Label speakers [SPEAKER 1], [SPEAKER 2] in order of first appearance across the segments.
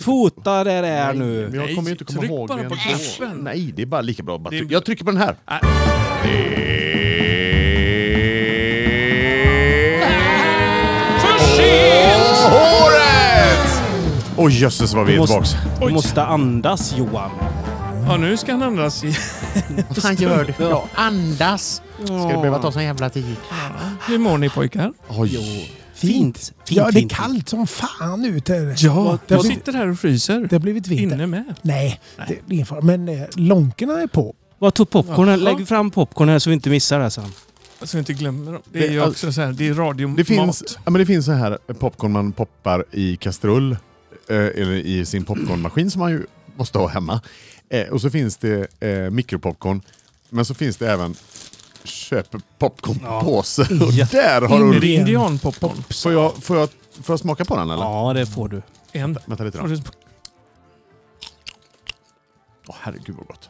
[SPEAKER 1] Fota där det är nu.
[SPEAKER 2] Men jag kommer ju inte komma
[SPEAKER 3] tryck
[SPEAKER 2] ihåg
[SPEAKER 3] bara
[SPEAKER 2] det
[SPEAKER 3] på
[SPEAKER 2] ändå.
[SPEAKER 3] appen.
[SPEAKER 2] Nej, det är bara lika bra. att Bara
[SPEAKER 3] Det är- Äh.
[SPEAKER 2] tryck. Jag trycker på den här.
[SPEAKER 3] Nej.
[SPEAKER 2] Håret! Åh jösses vad vi
[SPEAKER 1] Du
[SPEAKER 2] är
[SPEAKER 1] måste,
[SPEAKER 2] tillbaks.
[SPEAKER 1] du måste andas Johan.
[SPEAKER 3] Ja, nu ska han andas igen.
[SPEAKER 2] Vad fan gör du? Jag andas. Ska det behöva ta sån jävla tid?
[SPEAKER 3] Hur mår ni pojkar?
[SPEAKER 2] Oj.
[SPEAKER 1] Fint. fint
[SPEAKER 4] Ja, det är
[SPEAKER 1] fint.
[SPEAKER 4] kallt som fan ute. här.
[SPEAKER 3] Ja,
[SPEAKER 4] det har
[SPEAKER 3] jag
[SPEAKER 4] blivit,
[SPEAKER 3] sitter här och fryser.
[SPEAKER 4] det har blivit vinter.
[SPEAKER 3] Inne med.
[SPEAKER 4] Nej, det är ingen fara. Men eh, lonkerna är på.
[SPEAKER 1] Vad tog popcornen?
[SPEAKER 3] Jaha.
[SPEAKER 1] Lägg fram popcornen så vi inte missar det sen.
[SPEAKER 3] Så vi Alltså, inte glömmer dem. Det är
[SPEAKER 2] Det-
[SPEAKER 3] ju
[SPEAKER 2] all-
[SPEAKER 3] också så här, det är radiomat.
[SPEAKER 2] Det finns, ja, men det finns så här popcorn man poppar i kastrull. eh, Eller i sin popcornmaskin som man ju måste ha hemma. Eh, Och så finns det eh, mikropopcorn. Men så finns det även köp popcornpåse. Och
[SPEAKER 1] Ja.
[SPEAKER 2] där har
[SPEAKER 3] Är
[SPEAKER 2] du...
[SPEAKER 3] det indianpopcorn?
[SPEAKER 2] Får jag, får, jag, får jag smaka på den eller?
[SPEAKER 1] Ja, det får du.
[SPEAKER 3] En.
[SPEAKER 2] Vänta lite då.
[SPEAKER 3] Har
[SPEAKER 2] Åh
[SPEAKER 3] du-
[SPEAKER 2] herregud vad gott.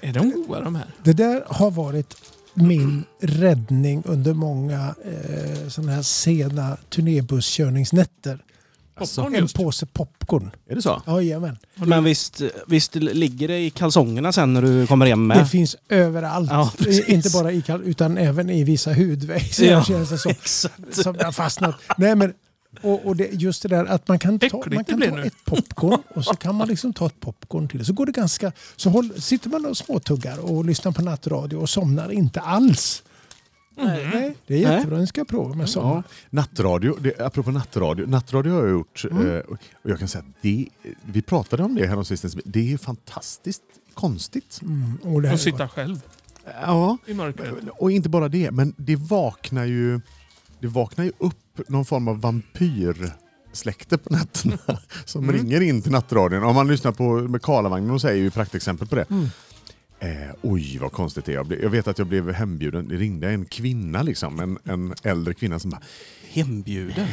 [SPEAKER 3] Är de goda de här?
[SPEAKER 4] Det där har varit min räddning under många eh, sådana här sena turnébusskörningsnätter.
[SPEAKER 2] Alltså,
[SPEAKER 3] Popcorn
[SPEAKER 4] En
[SPEAKER 3] just.
[SPEAKER 4] påse popcorn.
[SPEAKER 2] Är det så?
[SPEAKER 4] Jajamän.
[SPEAKER 1] Men visst, visst ligger det i kalsongerna sen när du kommer hem
[SPEAKER 4] Det
[SPEAKER 1] med?
[SPEAKER 4] finns överallt. Eh,
[SPEAKER 1] Ja, precis.
[SPEAKER 4] inte bara i kall utan även i vissa hudväxter
[SPEAKER 1] Ja.
[SPEAKER 4] känns det som.
[SPEAKER 1] Exakt.
[SPEAKER 4] som jag har fastnat. Nej, men, och, och det, just det där att man kan ta,
[SPEAKER 3] Äckligt det
[SPEAKER 4] man kan
[SPEAKER 3] blir
[SPEAKER 4] ta
[SPEAKER 3] nu.
[SPEAKER 4] ett popcorn och så kan man liksom ta ett popcorn till. Så går det ganska... Så håll, sitter man och småtuggar och lyssnar på nattradio och somnar inte alls. Nej, det är
[SPEAKER 1] Nej.
[SPEAKER 4] jättebra. Nu ska jag prova med
[SPEAKER 2] Ja.
[SPEAKER 4] somna.
[SPEAKER 2] Nattradio, det, apropå nattradio. Nattradio har jag gjort.
[SPEAKER 1] Mm.
[SPEAKER 2] eh, Och och jag kan säga att det, vi pratade om det här sistens. Det är ju fantastiskt konstigt.
[SPEAKER 4] Mm, och det här
[SPEAKER 3] Och
[SPEAKER 4] är
[SPEAKER 3] sitta själv
[SPEAKER 2] Ja.
[SPEAKER 3] i mörkret.
[SPEAKER 2] Och inte bara det, men det vaknar ju, det vaknar ju upp någon form av vampyrsläkte på nätterna som ringer in till nattradion. Om man lyssnar på med Karlavagnen och säger ju praktexempel på det. Eh, oj, vad konstigt det är. Jag, blev, jag vet att jag blev hembjuden. Det ringde en kvinna, liksom, en, en äldre kvinna som bara
[SPEAKER 1] Hembjuden.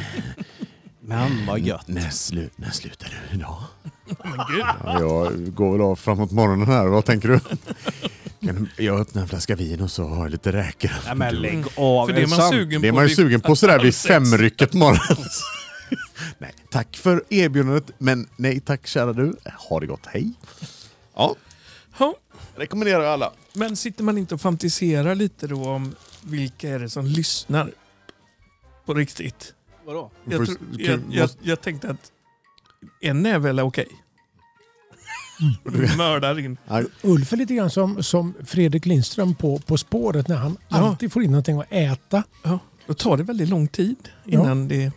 [SPEAKER 1] Men vad gött.
[SPEAKER 2] när, slu, när slutar du idag?
[SPEAKER 3] Men gud.
[SPEAKER 2] Ja, jag går väl av framåt morgonen här. Vad tänker du? Kan du- Jag öppnar en flaska vin och så har jag lite räkor.
[SPEAKER 1] Nej men lägg av.
[SPEAKER 3] För det är man
[SPEAKER 1] sant.
[SPEAKER 3] sugen
[SPEAKER 2] Det är
[SPEAKER 3] på.
[SPEAKER 2] man ju
[SPEAKER 3] vid-
[SPEAKER 2] sugen på sådär vid
[SPEAKER 3] sex.
[SPEAKER 2] femrycket morgon. nej, tack för erbjudandet, men nej tack kära du. Ha det gott, hej. Ja,
[SPEAKER 3] Ja,
[SPEAKER 2] rekommenderar jag alla.
[SPEAKER 3] men sitter man inte och fantiserar lite då om vilka är det som lyssnar? På riktigt.
[SPEAKER 1] Vadå?
[SPEAKER 3] Jag,
[SPEAKER 2] Först-
[SPEAKER 3] tror,
[SPEAKER 2] kan-
[SPEAKER 3] jag, jag,
[SPEAKER 2] måste-
[SPEAKER 3] jag tänkte att en är väl okej. Mm. Mördar in.
[SPEAKER 4] Ulf är lite grann som, som Fredrik Lindström på På spåret när han
[SPEAKER 3] Ja.
[SPEAKER 4] alltid får in någonting att äta.
[SPEAKER 3] Ja, då tar det väldigt lång tid
[SPEAKER 4] Ja.
[SPEAKER 3] innan det...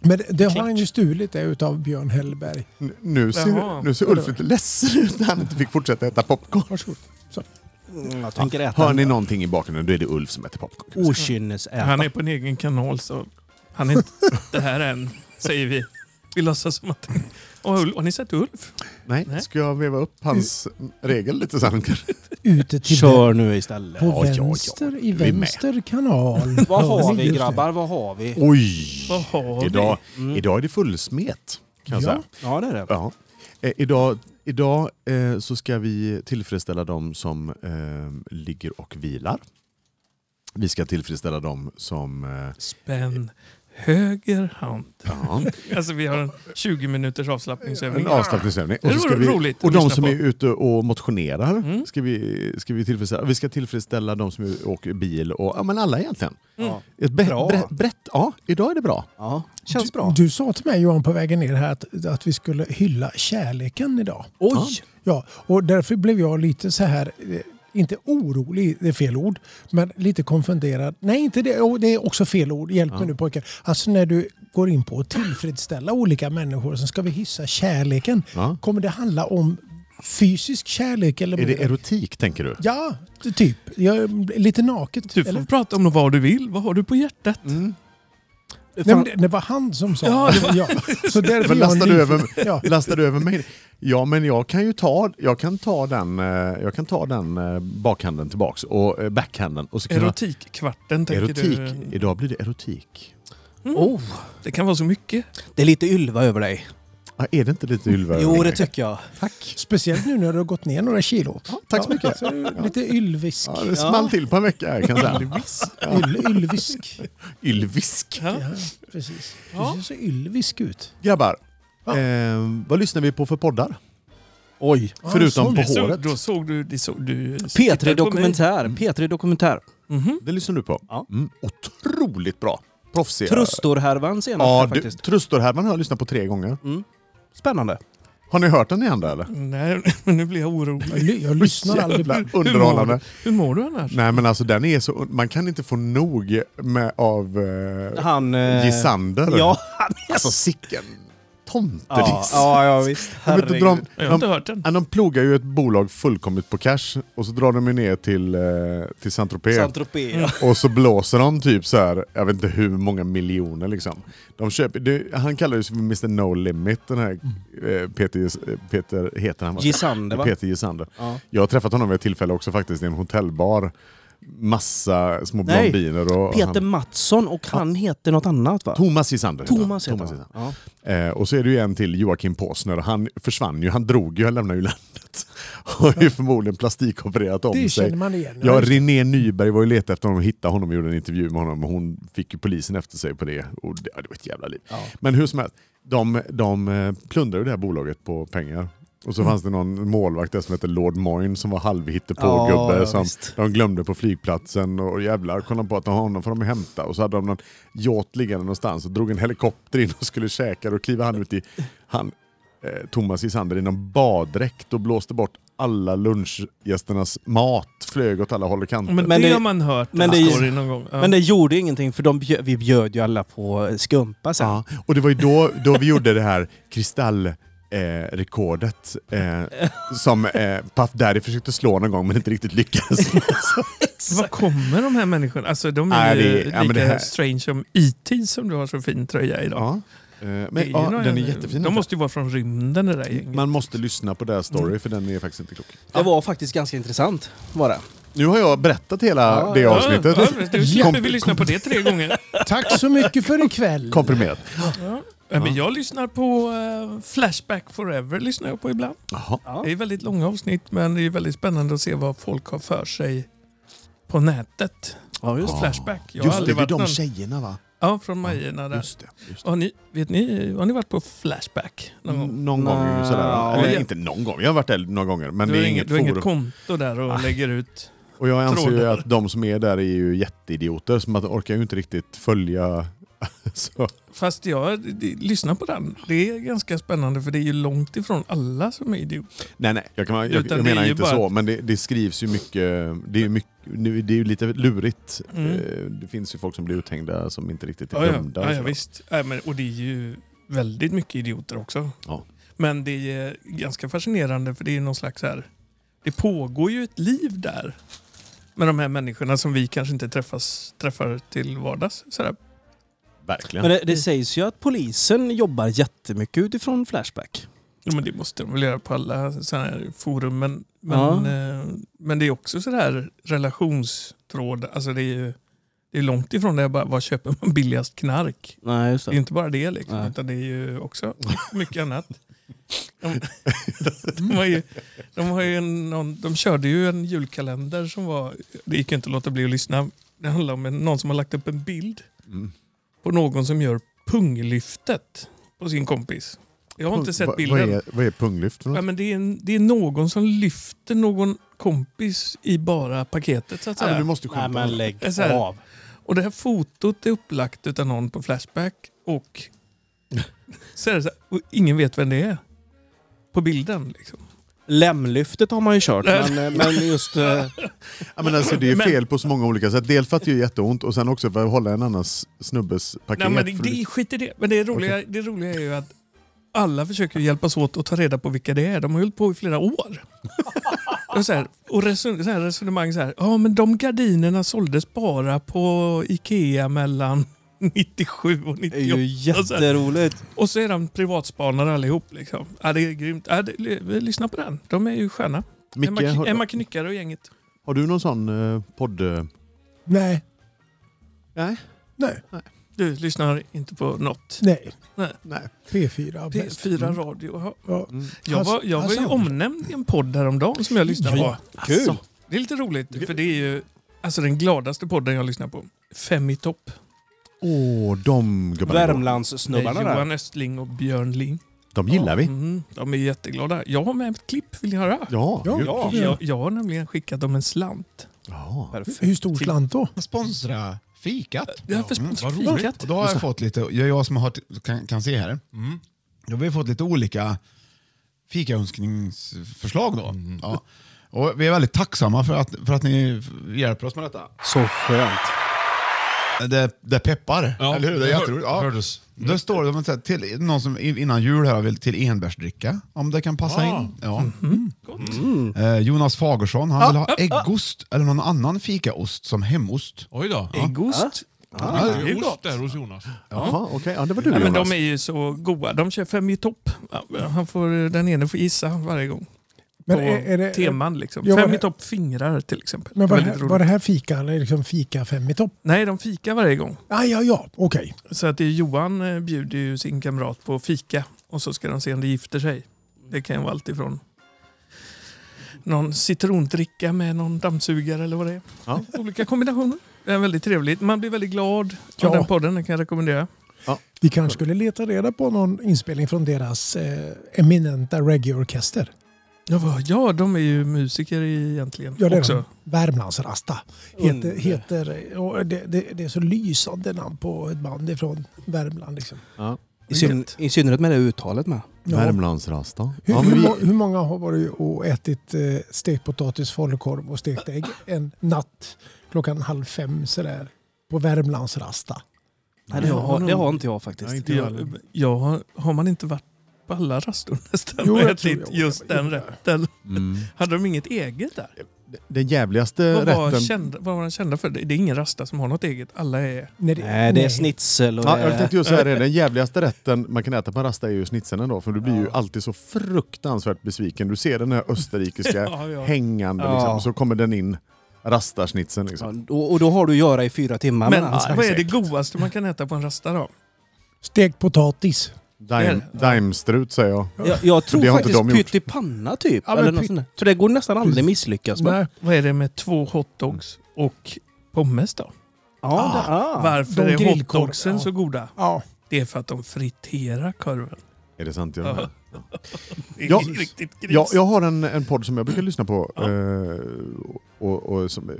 [SPEAKER 4] Men det, det har
[SPEAKER 3] Klart.
[SPEAKER 4] han ju stulit det utav Björn Hellberg.
[SPEAKER 2] N- Nu
[SPEAKER 3] Jaha.
[SPEAKER 2] ser, nu ser Ulf lite ledsen ut när han inte fick fortsätta äta popcorn.
[SPEAKER 4] Varsågod.
[SPEAKER 1] Mm, Jag tänker äta
[SPEAKER 2] Hör
[SPEAKER 1] en
[SPEAKER 2] ni någonting i bakgrunden, då är det Ulf som äter popcorn.
[SPEAKER 1] okynnesäta.
[SPEAKER 3] Han är på en egen kanal så han är inte det här än, säger vi. Vi låtsas som att... Och, Ulf- har ni sett Ulf?
[SPEAKER 2] Oh, Nej,
[SPEAKER 3] Nej.
[SPEAKER 2] ska jag veva upp hans regel lite sen? kanske?
[SPEAKER 4] Ute till
[SPEAKER 1] Kör nu istället.
[SPEAKER 4] På
[SPEAKER 2] Ja, ja, ja.
[SPEAKER 4] vänster, i
[SPEAKER 2] Du är med.
[SPEAKER 4] vänster kanal.
[SPEAKER 1] Vad
[SPEAKER 4] Hör
[SPEAKER 1] har
[SPEAKER 4] ni
[SPEAKER 1] vi
[SPEAKER 4] just det?
[SPEAKER 1] grabbar? Vad har vi?
[SPEAKER 2] Oj!
[SPEAKER 3] Vad har vi?
[SPEAKER 2] Idag, idag är det fullsmet, kan jag
[SPEAKER 4] Ja.
[SPEAKER 2] säga.
[SPEAKER 1] Ja det är
[SPEAKER 4] Mm.
[SPEAKER 1] det.
[SPEAKER 2] Ja. Eh, idag idag eh, så ska vi tillfredsställa de som eh, ligger och vilar. Vi ska tillfredsställa de som... Eh,
[SPEAKER 3] Spänn höger hand.
[SPEAKER 2] ja,
[SPEAKER 3] Alltså vi har en 20 minuters avslappningsövning.
[SPEAKER 2] en avslappningsövning.
[SPEAKER 3] Det
[SPEAKER 2] Och, så ska
[SPEAKER 3] vore
[SPEAKER 2] vi,
[SPEAKER 3] roligt att
[SPEAKER 2] och de
[SPEAKER 3] lyssna
[SPEAKER 2] som
[SPEAKER 3] på.
[SPEAKER 2] är ute och motionerar
[SPEAKER 3] Mm.
[SPEAKER 2] ska, vi, ska vi tillfredsställa. Vi ska tillfredsställa de som åker bil och ja, men alla egentligen.
[SPEAKER 3] Mm.
[SPEAKER 2] Ett bre,
[SPEAKER 1] Bra.
[SPEAKER 2] bre, brett, ja, idag är det bra.
[SPEAKER 1] Ja. Känns
[SPEAKER 4] Du-
[SPEAKER 1] bra.
[SPEAKER 4] Du sa till mig Johan på vägen ner här att, att vi skulle hylla kärleken idag.
[SPEAKER 1] Oj!
[SPEAKER 4] Ja, och därför blev jag lite så här, eh, inte orolig, det är fel ord, men lite konfunderad. Nej, inte det, och det är också fel ord. Hjälp mig nu pojkar. Alltså när du går in på att tillfredsställa olika människor, sen ska vi hyssa kärleken.
[SPEAKER 2] Ja.
[SPEAKER 4] Kommer det handla om fysisk kärlek? Eller
[SPEAKER 2] Är
[SPEAKER 4] mer?
[SPEAKER 2] det erotik tänker du?
[SPEAKER 4] Ja, typ. Jag, lite naket.
[SPEAKER 3] Du får
[SPEAKER 4] eller?
[SPEAKER 3] prata om vad du vill. Vad har du på hjärtat?
[SPEAKER 2] Mm.
[SPEAKER 4] Nej, men det, det var han som sa
[SPEAKER 3] Ja,
[SPEAKER 4] det. ja. Så därför
[SPEAKER 2] Men
[SPEAKER 4] är
[SPEAKER 2] lastar,
[SPEAKER 4] jag
[SPEAKER 2] du över,
[SPEAKER 4] nyfiken. Ja.
[SPEAKER 2] lastar du över mig? Ja, men jag kan ju ta, jag kan ta den, eh, jag kan ta den eh, bakhanden tillbaks och eh, backhanden. Och så kan
[SPEAKER 3] Erotikkvarten
[SPEAKER 2] jag,
[SPEAKER 3] tänker
[SPEAKER 2] erotik.
[SPEAKER 3] du? Mm.
[SPEAKER 2] Idag blir det erotik.
[SPEAKER 1] Oh,
[SPEAKER 3] Det kan vara så mycket.
[SPEAKER 1] det är lite Ylva över dig.
[SPEAKER 2] Ah, är det inte lite Ylva?
[SPEAKER 1] Jo, det tycker jag.
[SPEAKER 2] Tack.
[SPEAKER 4] Speciellt nu när du har gått ner några kilo.
[SPEAKER 2] tack så mycket.
[SPEAKER 4] så är du lite ylvisk.
[SPEAKER 2] Ja, det small till på en vecka här, kan jag säga. Ylvis.
[SPEAKER 4] Yl, ylvisk.
[SPEAKER 2] Ylvisk.
[SPEAKER 4] Ja, precis. Du
[SPEAKER 3] Ja.
[SPEAKER 4] ser så ylvisk ut.
[SPEAKER 2] Grabbar,
[SPEAKER 4] Ja.
[SPEAKER 2] Eh, vad lyssnar vi på för poddar?
[SPEAKER 1] Oj.
[SPEAKER 4] Ja,
[SPEAKER 2] Förutom
[SPEAKER 4] sånt.
[SPEAKER 2] på
[SPEAKER 3] Du såg,
[SPEAKER 2] håret.
[SPEAKER 3] då såg du... Det såg, du
[SPEAKER 1] P3
[SPEAKER 3] tittade på mig.
[SPEAKER 1] Dokumentär. P3 Dokumentär.
[SPEAKER 3] Mhm.
[SPEAKER 2] Det lyssnar du på?
[SPEAKER 1] Ja.
[SPEAKER 2] Mm, otroligt bra. Proffsiga.
[SPEAKER 1] Trustorhärvan senast
[SPEAKER 2] Ja,
[SPEAKER 1] här,
[SPEAKER 2] du,
[SPEAKER 1] faktiskt.
[SPEAKER 2] Trustorhärvan har jag lyssnat på tre gånger.
[SPEAKER 1] Spännande.
[SPEAKER 2] Har ni hört den igen då eller?
[SPEAKER 3] Nej, men nu blir jag orolig.
[SPEAKER 4] Jag, ly- jag lyssnar aldrig på
[SPEAKER 2] Jävla
[SPEAKER 3] Hur mår
[SPEAKER 2] underhållande.
[SPEAKER 3] du, hur mår du annars?
[SPEAKER 2] Nej men alltså den är så... Man kan inte få nog med, av eh,
[SPEAKER 1] Han... eh,
[SPEAKER 2] Gisander.
[SPEAKER 1] Ja, han är
[SPEAKER 2] Alltså
[SPEAKER 1] så...
[SPEAKER 2] sicken tomtenis.
[SPEAKER 1] Ja, ja, ja, visst.
[SPEAKER 2] De vet inte,
[SPEAKER 1] Herregud.
[SPEAKER 2] de,
[SPEAKER 3] Jag har
[SPEAKER 2] de,
[SPEAKER 3] inte hört den.
[SPEAKER 2] Ja, de plogar ju ett bolag fullkomligt på cash och så drar de ju ner till, eh, till Saint-Tropez.
[SPEAKER 1] Saint-Tropez. ja.
[SPEAKER 2] och så blåser de typ så här, jag vet inte hur många miljoner liksom. De köper, det, han kallar ju sig för Mr No Limit, den här eh, Peter, Gis- eh, Peter heter han va?
[SPEAKER 1] Mm. Gisander, va?
[SPEAKER 2] Peter Gisander.
[SPEAKER 1] Ja.
[SPEAKER 2] Jag har träffat honom vid ett tillfälle också faktiskt i en hotellbar. Massa små
[SPEAKER 1] Nej,
[SPEAKER 2] blondiner. Och, och
[SPEAKER 1] Peter
[SPEAKER 2] han,
[SPEAKER 1] Mattsson och han heter något annat va?
[SPEAKER 2] Thomas Gisander. heter han.
[SPEAKER 1] Thomas heter han.
[SPEAKER 2] Gisander.
[SPEAKER 1] Ja.
[SPEAKER 2] Eh, och så är det ju en till, Joakim Påsner. Han försvann ju, han drog ju, han lämnade ju landet. Har ju förmodligen plastikopererat om
[SPEAKER 4] Det
[SPEAKER 2] sig.
[SPEAKER 4] känner man igen.
[SPEAKER 2] Ja, René Nyberg var ju letade efter honom och hittade honom och gjorde en intervju med honom. Och hon fick ju polisen efter sig på det. Och det, ja, det var ett jävla liv.
[SPEAKER 1] Ja.
[SPEAKER 2] Men hur som helst, de, de eh, plundrade ju det här bolaget på pengar. Och
[SPEAKER 1] Mm.
[SPEAKER 2] så fanns det någon målvakt där som hette Lord Moyne som var halvhittepågubbe
[SPEAKER 1] Ja, ja,
[SPEAKER 2] som
[SPEAKER 1] visst.
[SPEAKER 2] de glömde på flygplatsen. Och jävlar, kom de på att de har honom får de hämta. Och så hade de någon yacht liggande någonstans och drog en helikopter in och skulle käka. Då kliver han ut i, han, eh, Thomas Isander, i någon baddräkt och blåste bort alla lunchgästernas mat. Flög åt alla håll och kanter.
[SPEAKER 3] Men,
[SPEAKER 1] Men
[SPEAKER 3] det,
[SPEAKER 1] det-
[SPEAKER 3] har man hört.
[SPEAKER 1] men
[SPEAKER 3] Men
[SPEAKER 1] det är-
[SPEAKER 3] det, någon gång. Ja.
[SPEAKER 1] Men det gjorde ingenting för de bjö- vi bjöd ju alla på skumpa sen.
[SPEAKER 2] Ja, och det var ju då, då vi gjorde det här kristallrekordet eh, rekordet, eh, som eh, Puff Daddy försökte slå någon gång men inte riktigt lyckades.
[SPEAKER 3] Var kommer de här människorna? Alltså, de är
[SPEAKER 2] Nej, det-
[SPEAKER 3] ju
[SPEAKER 2] ja,
[SPEAKER 3] lika
[SPEAKER 2] men det här-
[SPEAKER 3] strange som IT som du har så fin tröja idag.
[SPEAKER 2] ja. eh,
[SPEAKER 3] Det är
[SPEAKER 2] men,
[SPEAKER 3] ju
[SPEAKER 2] ja,
[SPEAKER 3] några-
[SPEAKER 2] den är jättefin.
[SPEAKER 3] De måste ju vara från rymden det där gänget.
[SPEAKER 2] Man måste lyssna på deras story för den är faktiskt inte klok.
[SPEAKER 1] Det var faktiskt ganska intressant. Var det.
[SPEAKER 2] Nu har jag berättat hela
[SPEAKER 1] Ja,
[SPEAKER 2] det
[SPEAKER 1] ja,
[SPEAKER 2] avsnittet.
[SPEAKER 3] Ja, ja, nu slipper
[SPEAKER 2] Kom-
[SPEAKER 3] vi lyssna på det tre gånger.
[SPEAKER 4] Tack så mycket för ikväll.
[SPEAKER 2] Komprimerat.
[SPEAKER 3] Ja, men jag lyssnar på eh, Flashback Forever. lyssnar jag på ibland.
[SPEAKER 2] Jaha.
[SPEAKER 1] Ja.
[SPEAKER 3] Det är väldigt långa avsnitt men det är väldigt spännande att se vad folk har för sig på nätet.
[SPEAKER 1] Ja, just
[SPEAKER 3] På Flashback. Jag har
[SPEAKER 2] Just det,
[SPEAKER 3] aldrig
[SPEAKER 2] det är
[SPEAKER 3] varit
[SPEAKER 2] de
[SPEAKER 3] någon...
[SPEAKER 2] tjejerna va?
[SPEAKER 3] Ja, från Majerna där.
[SPEAKER 2] Just det. Just det. Mm,
[SPEAKER 3] Har ni, vet ni, har ni varit på Flashback någon gång?
[SPEAKER 2] Någon gång.
[SPEAKER 1] Nej.
[SPEAKER 2] Sådär. va? Eller
[SPEAKER 3] Ja.
[SPEAKER 2] inte någon gång, jag har varit där några gånger. Men
[SPEAKER 3] du
[SPEAKER 2] det
[SPEAKER 3] har
[SPEAKER 2] är
[SPEAKER 3] inget,
[SPEAKER 2] inget
[SPEAKER 3] du har inget
[SPEAKER 2] forum. Ah.
[SPEAKER 3] konto där och lägger ut.
[SPEAKER 2] Och jag anser ju
[SPEAKER 3] Trådar.
[SPEAKER 2] att de som är där är ju jätteidioter, som att orkar ju inte riktigt följa... så.
[SPEAKER 3] Fast jag det, lyssnar på den. Det är ganska spännande för det är ju långt ifrån alla som är idioter.
[SPEAKER 2] Nej, nej, jag, kan, jag,
[SPEAKER 3] Utan
[SPEAKER 2] jag
[SPEAKER 3] det är
[SPEAKER 2] menar
[SPEAKER 3] ju
[SPEAKER 2] inte
[SPEAKER 3] bara
[SPEAKER 2] så,
[SPEAKER 3] att-
[SPEAKER 2] men det, det skrivs ju mycket... Det är ju, mycket, nu, det är ju lite lurigt.
[SPEAKER 3] Mm.
[SPEAKER 2] Eh, Det finns ju folk som blir uthängda som inte riktigt är
[SPEAKER 3] Ja, ja.
[SPEAKER 2] dömda. och
[SPEAKER 3] ja, ja
[SPEAKER 2] sådär.
[SPEAKER 3] visst. Nej, men, och det är ju väldigt mycket idioter också.
[SPEAKER 2] Ja.
[SPEAKER 3] Men det är ganska fascinerande för det är någon slags här... Det pågår ju ett liv där. Med de här människorna som vi kanske inte träffas, träffar till vardags. Sådär.
[SPEAKER 2] Verkligen.
[SPEAKER 1] Men det, det sägs ju att polisen jobbar jättemycket utifrån Flashback.
[SPEAKER 3] Ja, men det måste de väl göra på alla sådana här forum. Men, men,
[SPEAKER 1] Ja.
[SPEAKER 3] eh, men det är också sådär relationstråd. Alltså det är ju det är långt ifrån det här bara, var köper man billigast knark?
[SPEAKER 1] Nej, just
[SPEAKER 3] Det är inte bara det liksom,
[SPEAKER 1] Nej.
[SPEAKER 3] utan det är ju också mycket annat. De, de, har ju, de, har ju en, någon, de körde ju en julkalender som var, det gick ju inte att låta bli att lyssna. Det handlar om en, någon som har lagt upp en bild
[SPEAKER 2] Mm.
[SPEAKER 3] på någon som gör punglyftet på sin kompis. Jag har inte
[SPEAKER 2] Va-
[SPEAKER 3] sett bilden.
[SPEAKER 2] Vad är, vad är punglyft för
[SPEAKER 3] Ja,
[SPEAKER 2] något?
[SPEAKER 3] men det, är en, det är någon som lyfter någon kompis i bara paketet så att
[SPEAKER 2] Ja, men
[SPEAKER 3] säga.
[SPEAKER 2] du måste skämta.
[SPEAKER 1] Nej, men lägg
[SPEAKER 3] Så här.
[SPEAKER 1] av.
[SPEAKER 3] Och det här fotot är upplagt utav någon på Flashback och, så är det så här, och ingen vet vem det är. På bilden liksom.
[SPEAKER 1] Lämlyftet har man ju kört, men, eh, men just... eh,
[SPEAKER 2] Ja, men alltså, det är
[SPEAKER 3] Men-
[SPEAKER 2] fel på så många olika sätt. Dels för att det gör jätteont och sen också för att hålla en annans snubbes paket.
[SPEAKER 3] Nej, men det,
[SPEAKER 2] för
[SPEAKER 3] det, skit i det. Men det roliga, det roliga är ju att alla försöker ju hjälpas åt att ta reda på vilka det är. De har hållit på i flera år. och så här, och reson, så här resonemang så här. Ja, men de gardinerna såldes bara på Ikea mellan 97 och
[SPEAKER 1] Det är ju
[SPEAKER 3] 98.
[SPEAKER 1] jätteroligt.
[SPEAKER 3] Och så är de privatspanare allihop. Liksom. Ja, det är grymt. Ja, det, vi lyssnar på den. De är ju sköna.
[SPEAKER 2] Micke,
[SPEAKER 3] Emma,
[SPEAKER 2] har,
[SPEAKER 3] Emma Knyckare och gänget.
[SPEAKER 2] har du någon sån eh, podd... eh,
[SPEAKER 4] Nej,
[SPEAKER 2] Nej.
[SPEAKER 4] nej,
[SPEAKER 3] Du lyssnar inte på något.
[SPEAKER 4] nej.
[SPEAKER 2] Nej.
[SPEAKER 4] P4. bäst.
[SPEAKER 3] P4 Radio. Ja.
[SPEAKER 4] Ja. Alltså,
[SPEAKER 2] Mm.
[SPEAKER 3] Jag var, jag var ju
[SPEAKER 4] Hassan.
[SPEAKER 3] omnämnd i en podd häromdagen som jag lyssnade på.
[SPEAKER 1] Kul!
[SPEAKER 2] Alltså.
[SPEAKER 3] Det är lite roligt, för det är ju alltså, den gladaste podden jag lyssnar på. Fem i topp.
[SPEAKER 2] Åh, de gubbarna.
[SPEAKER 1] Värmlandssnubbarna
[SPEAKER 3] Med
[SPEAKER 1] där.
[SPEAKER 3] Johan Östling och Björn Ling.
[SPEAKER 2] De gillar vi.
[SPEAKER 3] Mm, de är jätteglada. Jag har med ett klipp, vill ni höra?
[SPEAKER 2] Ja,
[SPEAKER 4] Ja.
[SPEAKER 2] gud.
[SPEAKER 1] Ja.
[SPEAKER 3] Jag, jag har nämligen skickat dem en slant.
[SPEAKER 2] ja.
[SPEAKER 1] Perfekt.
[SPEAKER 4] Hur stor slant då?
[SPEAKER 5] Sponsra fikat. Mm.
[SPEAKER 3] Det här för sponsrat
[SPEAKER 5] Vad roligt.
[SPEAKER 3] fikat.
[SPEAKER 5] Och då har jag fått lite, jag- jag som har, t- kan, kan se här, mm. då har vi fått lite olika fikaönskningsförslag. Då. Ja. Och vi är väldigt tacksamma för att, för att ni f- hjälper oss med detta.
[SPEAKER 1] Så skönt.
[SPEAKER 5] Det, det peppar, eller hur? Det är
[SPEAKER 6] hör-
[SPEAKER 5] jätteroligt. Ja.
[SPEAKER 6] hördes.
[SPEAKER 5] Då står det om att säga till någon som in- innan jul här vill till enbärsdricka, om det kan passa in. Ja. Mm. Eh, Jonas Fagersson, han vill ha äggost eller någon annan fikaost som hemost.
[SPEAKER 6] Oj då.
[SPEAKER 3] Äggost.
[SPEAKER 6] Ja, det är ost där hos Jonas.
[SPEAKER 2] Jaha, okej. Ja, det var du
[SPEAKER 3] Nej, men
[SPEAKER 2] Jonas.
[SPEAKER 3] de är ju så goda. De kör fem i topp. Ja, Han får, den ene får gissa varje gång.
[SPEAKER 4] Men
[SPEAKER 3] på
[SPEAKER 4] är, är det,
[SPEAKER 3] teman liksom.
[SPEAKER 4] Ja, var
[SPEAKER 3] fem i
[SPEAKER 4] det-
[SPEAKER 3] topp fingrar till exempel.
[SPEAKER 4] Men
[SPEAKER 3] Det var
[SPEAKER 4] var det, här,
[SPEAKER 3] lite roligt.
[SPEAKER 4] var det här fika? Eller liksom fika fem i topp?
[SPEAKER 3] Nej, de fikar varje gång.
[SPEAKER 4] Ah, ja, ja, okej.
[SPEAKER 3] Så att det är Johan eh, bjuder ju sin kamrat på fika och så ska de se om det gifter sig. Det kan ju vara allt ifrån någon citrondricka med någon dammsugare eller vad det är.
[SPEAKER 2] Ja.
[SPEAKER 3] Olika kombinationer. Det är väldigt trevligt. Man blir väldigt glad
[SPEAKER 4] Ja.
[SPEAKER 3] av den podden. Den kan jag rekommendera.
[SPEAKER 4] Vi kanske skulle leta reda på någon inspelning från deras eh, eminenta reggaeorkester.
[SPEAKER 3] Ja, vad- ja, de är ju musiker egentligen
[SPEAKER 4] Ja, det är de.
[SPEAKER 3] också.
[SPEAKER 4] Värmlandsrasta. Heter,
[SPEAKER 1] Under.
[SPEAKER 4] heter, och det, det, det är så lysande namn på ett band ifrån Värmland. Liksom.
[SPEAKER 1] I, syn, I synnerhet med det uttalet med.
[SPEAKER 4] Ja.
[SPEAKER 2] Värmlandsrasta.
[SPEAKER 4] Hur,
[SPEAKER 2] Ja, men
[SPEAKER 4] hur,
[SPEAKER 2] vi-
[SPEAKER 4] må- hur många har varit och ätit eh, stekt potatis, falukorv och stekt ägg en natt klockan halv fem sådär på Värmlandsrasta?
[SPEAKER 1] Nej, det,
[SPEAKER 3] Ja,
[SPEAKER 1] har, det
[SPEAKER 3] nog.
[SPEAKER 1] har inte jag faktiskt.
[SPEAKER 2] Nej, inte jag heller.
[SPEAKER 3] Jag, jag, har- har man inte varit på alla rastor nästan
[SPEAKER 4] Jo,
[SPEAKER 3] och
[SPEAKER 4] jag tror
[SPEAKER 3] ätit
[SPEAKER 4] jag-
[SPEAKER 3] just
[SPEAKER 4] jag-
[SPEAKER 3] den
[SPEAKER 4] jag-
[SPEAKER 3] rätten?
[SPEAKER 2] Mm.
[SPEAKER 3] Hade de inget eget där?
[SPEAKER 2] Den jävligaste
[SPEAKER 3] Vad var,
[SPEAKER 2] Eh, rätten...
[SPEAKER 3] kända, vad var de kända för? Det det är ingen rasta som har något eget. Alla är...
[SPEAKER 4] Nej,
[SPEAKER 1] Nej, det är snitsel och
[SPEAKER 2] Ja,
[SPEAKER 1] det
[SPEAKER 3] Eh,
[SPEAKER 2] jag
[SPEAKER 1] är...
[SPEAKER 2] tänkte just säga det. Den jävligaste rätten man kan äta på en rasta är ju snitsen då. För du blir ju alltid så fruktansvärt besviken. Du ser den här österrikiska
[SPEAKER 3] Ja, ja.
[SPEAKER 2] hängande
[SPEAKER 1] Ja.
[SPEAKER 2] liksom. Så kommer den in. Rastarsnitsen liksom.
[SPEAKER 1] Ja, och, och då har du att göra i fyra timmar
[SPEAKER 3] Men
[SPEAKER 1] med hans
[SPEAKER 3] vad är det godaste man kan äta på en rasta då?
[SPEAKER 4] Stekt potatis.
[SPEAKER 2] Daim, daimstrut säger jag.
[SPEAKER 1] Jag, jag
[SPEAKER 2] Det
[SPEAKER 1] tror
[SPEAKER 2] har inte
[SPEAKER 1] faktiskt
[SPEAKER 2] de gjort.
[SPEAKER 1] pyttipanna typ.
[SPEAKER 4] Ja, men
[SPEAKER 1] eller något
[SPEAKER 4] pytt-
[SPEAKER 1] sånt där. Så det går nästan aldrig misslyckas med.
[SPEAKER 4] Nej,
[SPEAKER 3] Vad är det med två hotdogs och pommes då?
[SPEAKER 1] Ja, det, ah.
[SPEAKER 3] Varför
[SPEAKER 4] de
[SPEAKER 3] är
[SPEAKER 4] grillkorv,
[SPEAKER 3] hotdogsen
[SPEAKER 4] ja.
[SPEAKER 3] så goda?
[SPEAKER 4] ja.
[SPEAKER 3] Det är för att de friterar korven.
[SPEAKER 2] Är det sant?
[SPEAKER 3] Ja.
[SPEAKER 2] Jag,
[SPEAKER 3] Det är
[SPEAKER 2] Ja.
[SPEAKER 3] riktigt gris.
[SPEAKER 2] jag, jag har en, en podd som jag brukar lyssna på.
[SPEAKER 3] Ja.
[SPEAKER 2] eh, och, och som, eh,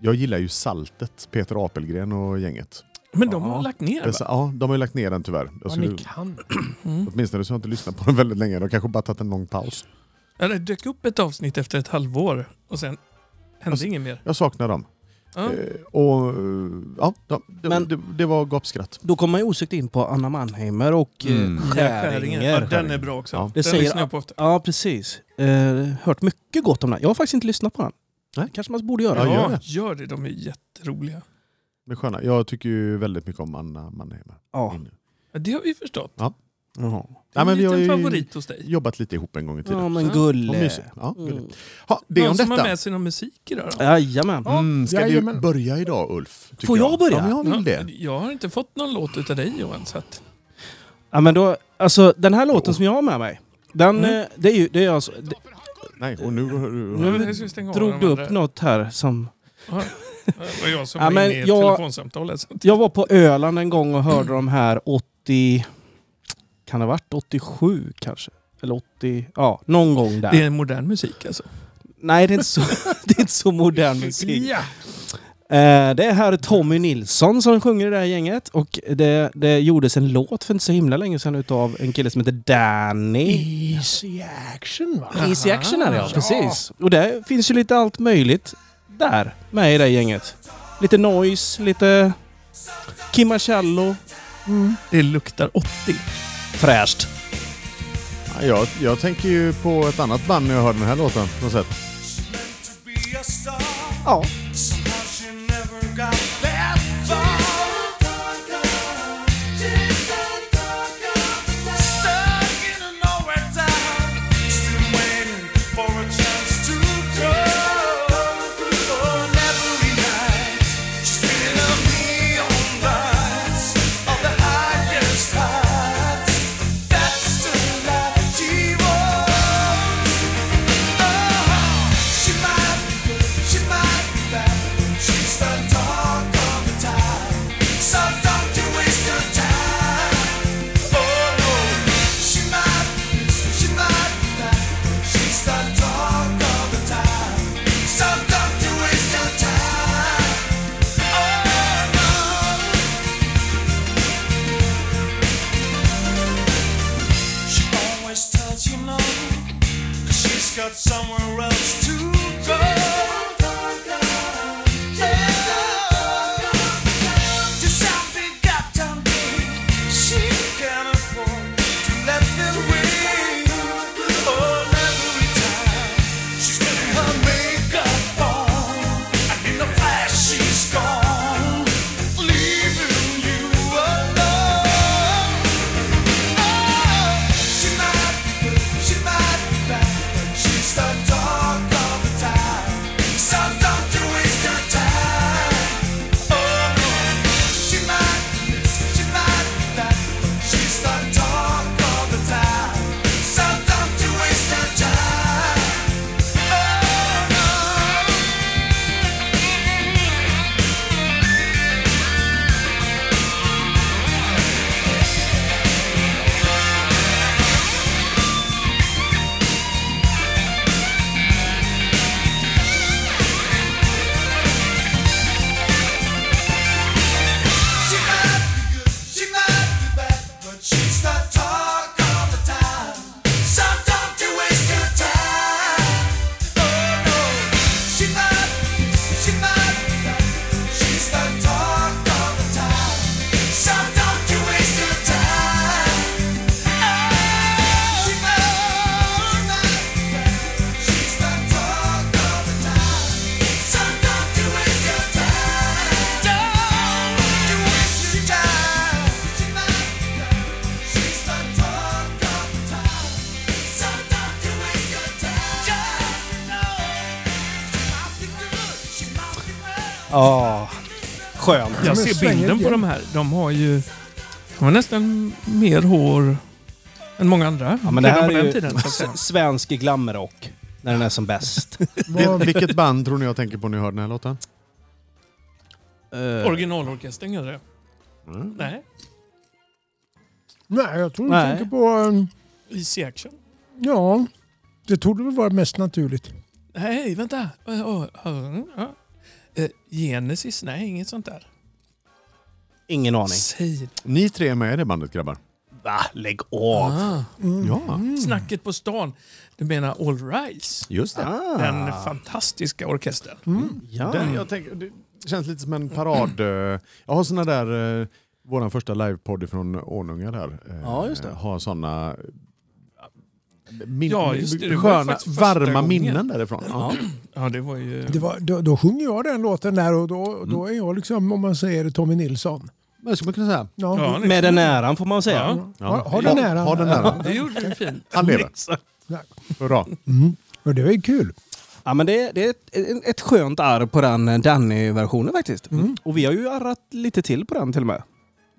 [SPEAKER 2] jag gillar ju Saltet, Peter Apelgren och gänget.
[SPEAKER 3] Men de har
[SPEAKER 1] Ja.
[SPEAKER 3] lagt ner va?
[SPEAKER 2] Dessa, ja, de har ju lagt ner den tyvärr. Jag
[SPEAKER 4] Vad
[SPEAKER 2] skulle,
[SPEAKER 4] ni kan.
[SPEAKER 3] Mm.
[SPEAKER 2] åtminstone så har jag inte lyssnat på den väldigt länge. De kanske bara tagit en lång paus.
[SPEAKER 3] Ja, det dök upp ett avsnitt efter ett halvår och sen hände
[SPEAKER 2] Alltså,
[SPEAKER 3] inget mer.
[SPEAKER 2] Jag saknar dem.
[SPEAKER 3] Ja.
[SPEAKER 2] Eh, och eh, ja, de, det,
[SPEAKER 1] Men-
[SPEAKER 2] det, det var gapskratt.
[SPEAKER 1] Då kommer man ju osökt in på Anna Mannheimer och
[SPEAKER 2] Mm.
[SPEAKER 1] mm.
[SPEAKER 3] Ja,
[SPEAKER 1] Skäringer.
[SPEAKER 3] den är bra också.
[SPEAKER 2] Ja.
[SPEAKER 3] Den
[SPEAKER 1] Det säger-
[SPEAKER 3] lyssnar jag på ofta.
[SPEAKER 1] Ja, precis. Eh, hört mycket gott om den. Jag har faktiskt inte lyssnat på den.
[SPEAKER 2] Nej.
[SPEAKER 1] kanske man borde göra.
[SPEAKER 2] Ja, gör
[SPEAKER 3] Ja,
[SPEAKER 2] det.
[SPEAKER 3] gör det. De är jätteroliga.
[SPEAKER 2] Men sköna. Jag tycker ju väldigt mycket om Anna Mannheimer.
[SPEAKER 1] Ja.
[SPEAKER 3] Ja, det har vi förstått.
[SPEAKER 1] Ja.
[SPEAKER 3] Det är
[SPEAKER 2] Ja, men
[SPEAKER 3] en
[SPEAKER 2] vi har
[SPEAKER 3] liten
[SPEAKER 2] ju-
[SPEAKER 3] favorit hos dig.
[SPEAKER 2] Jobbat lite ihop en gång i tiden.
[SPEAKER 1] Mm. ja,
[SPEAKER 3] Ja,
[SPEAKER 1] men
[SPEAKER 2] Vad
[SPEAKER 1] gulle.
[SPEAKER 2] mysigt. Ja,
[SPEAKER 1] Mm.
[SPEAKER 2] gulligt. ha, det är om
[SPEAKER 3] Någon som har
[SPEAKER 2] detta.
[SPEAKER 3] med sig någon musik idag då?
[SPEAKER 1] Jajamän.
[SPEAKER 2] Mm, ska vi
[SPEAKER 4] Jajamän.
[SPEAKER 2] börja idag Ulf? tycker
[SPEAKER 1] Får jag börja?
[SPEAKER 2] Ja, men jag vill
[SPEAKER 3] Ja,
[SPEAKER 2] det.
[SPEAKER 3] Jag har inte fått någon låt utav dig Johan. Så att,
[SPEAKER 1] Ja, men då, alltså, den här låten som jag har med mig, den,
[SPEAKER 3] Mm.
[SPEAKER 1] eh, det är ju det är alltså, det,
[SPEAKER 2] Nej, och nu...
[SPEAKER 1] Nu
[SPEAKER 3] jag ska stänga av
[SPEAKER 1] drog
[SPEAKER 3] de
[SPEAKER 1] du
[SPEAKER 3] andra.
[SPEAKER 1] upp något här som...
[SPEAKER 3] Ja, Det var jag som
[SPEAKER 1] Ja,
[SPEAKER 3] var
[SPEAKER 1] men
[SPEAKER 3] inne i ett
[SPEAKER 1] jag-
[SPEAKER 3] telefonsamtal. Alltså.
[SPEAKER 1] Jag var på Öland en gång och hörde de här 80... Kan det ha varit 87 kanske? Eller 80... Ja, någon gång där.
[SPEAKER 3] Det är modern musik alltså.
[SPEAKER 1] Nej, det är inte så, det är inte så modern musik.
[SPEAKER 4] Ja.
[SPEAKER 1] Eh, det är här Tommy Nilsson som sjunger i det här gänget. Och det, det gjordes en låt för inte så himla länge sedan utav en kille som heter Danny.
[SPEAKER 4] Easy action va?
[SPEAKER 1] Easy Action är det ja,
[SPEAKER 3] Ja.
[SPEAKER 1] precis. Och där finns ju lite allt möjligt där med i det här gänget. Lite noise, lite Kim Marcello.
[SPEAKER 3] Det luktar 80.
[SPEAKER 1] Fräscht.
[SPEAKER 2] Ja, jag, jag tänker ju på ett annat band när jag hör den här låten. På något sätt.
[SPEAKER 1] Ja.
[SPEAKER 7] She might, she might be back. got somewhere else to go. Yeah. To South Big Uptown, babe, she can afford to let them wait. Oh, every time she's getting her makeup on, and in the flash she's gone, leaving you alone. She might be good, she might be bad, but she's the talk all the time. So don't you waste your time. Oh, she might be this, she might be that, but she's the talk all the time. So don't you waste your time. Oh no. She might be good, she might be bad, but she's the talk all the time. So don't you waste your time. Oh no, she might be good, she might be bad, but she's the talk all the time. So don't you waste your time. Oh, She might, she might be bad, but she's the talk all the time. So don't you waste your time. Don't you waste your time. She might be bad, she's the talk all the time. So don't you waste your time. No, she might be good, she might be bad.
[SPEAKER 1] Ja, skönt.
[SPEAKER 3] Jag
[SPEAKER 4] men
[SPEAKER 3] ser
[SPEAKER 4] svänger
[SPEAKER 3] bilden på
[SPEAKER 4] igen.
[SPEAKER 3] de här. De har ju de har nästan mer hår än många andra.
[SPEAKER 1] Ja, men det här
[SPEAKER 3] Redan på
[SPEAKER 1] är ju
[SPEAKER 3] den tiden, så att säga.
[SPEAKER 1] s- svensk glamrock. När den är som bäst.
[SPEAKER 2] Vil- Vilket band tror ni jag tänker på när jag hör den här låten?
[SPEAKER 1] Eh,
[SPEAKER 3] Originalorkestern gör det. Nej,
[SPEAKER 4] Nej, jag tror du
[SPEAKER 1] Nej.
[SPEAKER 4] tänker på... um,
[SPEAKER 3] Easy Action.
[SPEAKER 4] Ja, det torde väl vara mest naturligt.
[SPEAKER 3] Nej, vänta. Eh, oh, oh, oh. Eh, Genesis? Nej, inget sånt där.
[SPEAKER 1] ingen aning.
[SPEAKER 3] Säg
[SPEAKER 2] Ni tre är med i det bandet grabbar.
[SPEAKER 1] Va? Lägg av.
[SPEAKER 3] ah,
[SPEAKER 1] Mm.
[SPEAKER 2] Ja,
[SPEAKER 3] Snacket på stan. Du menar All Rise?
[SPEAKER 2] just det.
[SPEAKER 3] Den fantastiska orkestern.
[SPEAKER 1] Ah. Mm. Ja.
[SPEAKER 2] Den, jag tänker, det känns lite som en parad... eh, Jag har såna där... eh, Vår första livepodd från Ånunga där. eh,
[SPEAKER 1] Ja, just det.
[SPEAKER 2] Har såna... eh, Min,
[SPEAKER 3] Ja, just det. Det var ju
[SPEAKER 2] sköna,
[SPEAKER 3] faktiskt första
[SPEAKER 2] varma
[SPEAKER 3] gången.
[SPEAKER 2] minnen därifrån. Ja.
[SPEAKER 3] Ja, det var ju...
[SPEAKER 4] Det var, då, då sjunger jag den låten där och då, då är jag liksom, om man säger Tommy Nilsson.
[SPEAKER 2] Men skulle man kunna säga.
[SPEAKER 4] Ja.
[SPEAKER 3] Ja, det-
[SPEAKER 1] Mm. Med den äran får man säga.
[SPEAKER 3] Ja,
[SPEAKER 4] Har, har den här.
[SPEAKER 2] Har den här.
[SPEAKER 3] det gjorde du fint.
[SPEAKER 2] Han lever. Hurra.
[SPEAKER 4] Och det var ju kul.
[SPEAKER 1] Ja, men det, det är ett, ett skönt arr på den eh, Danny-versionen faktiskt. Och vi har ju arrat lite till på den till och med.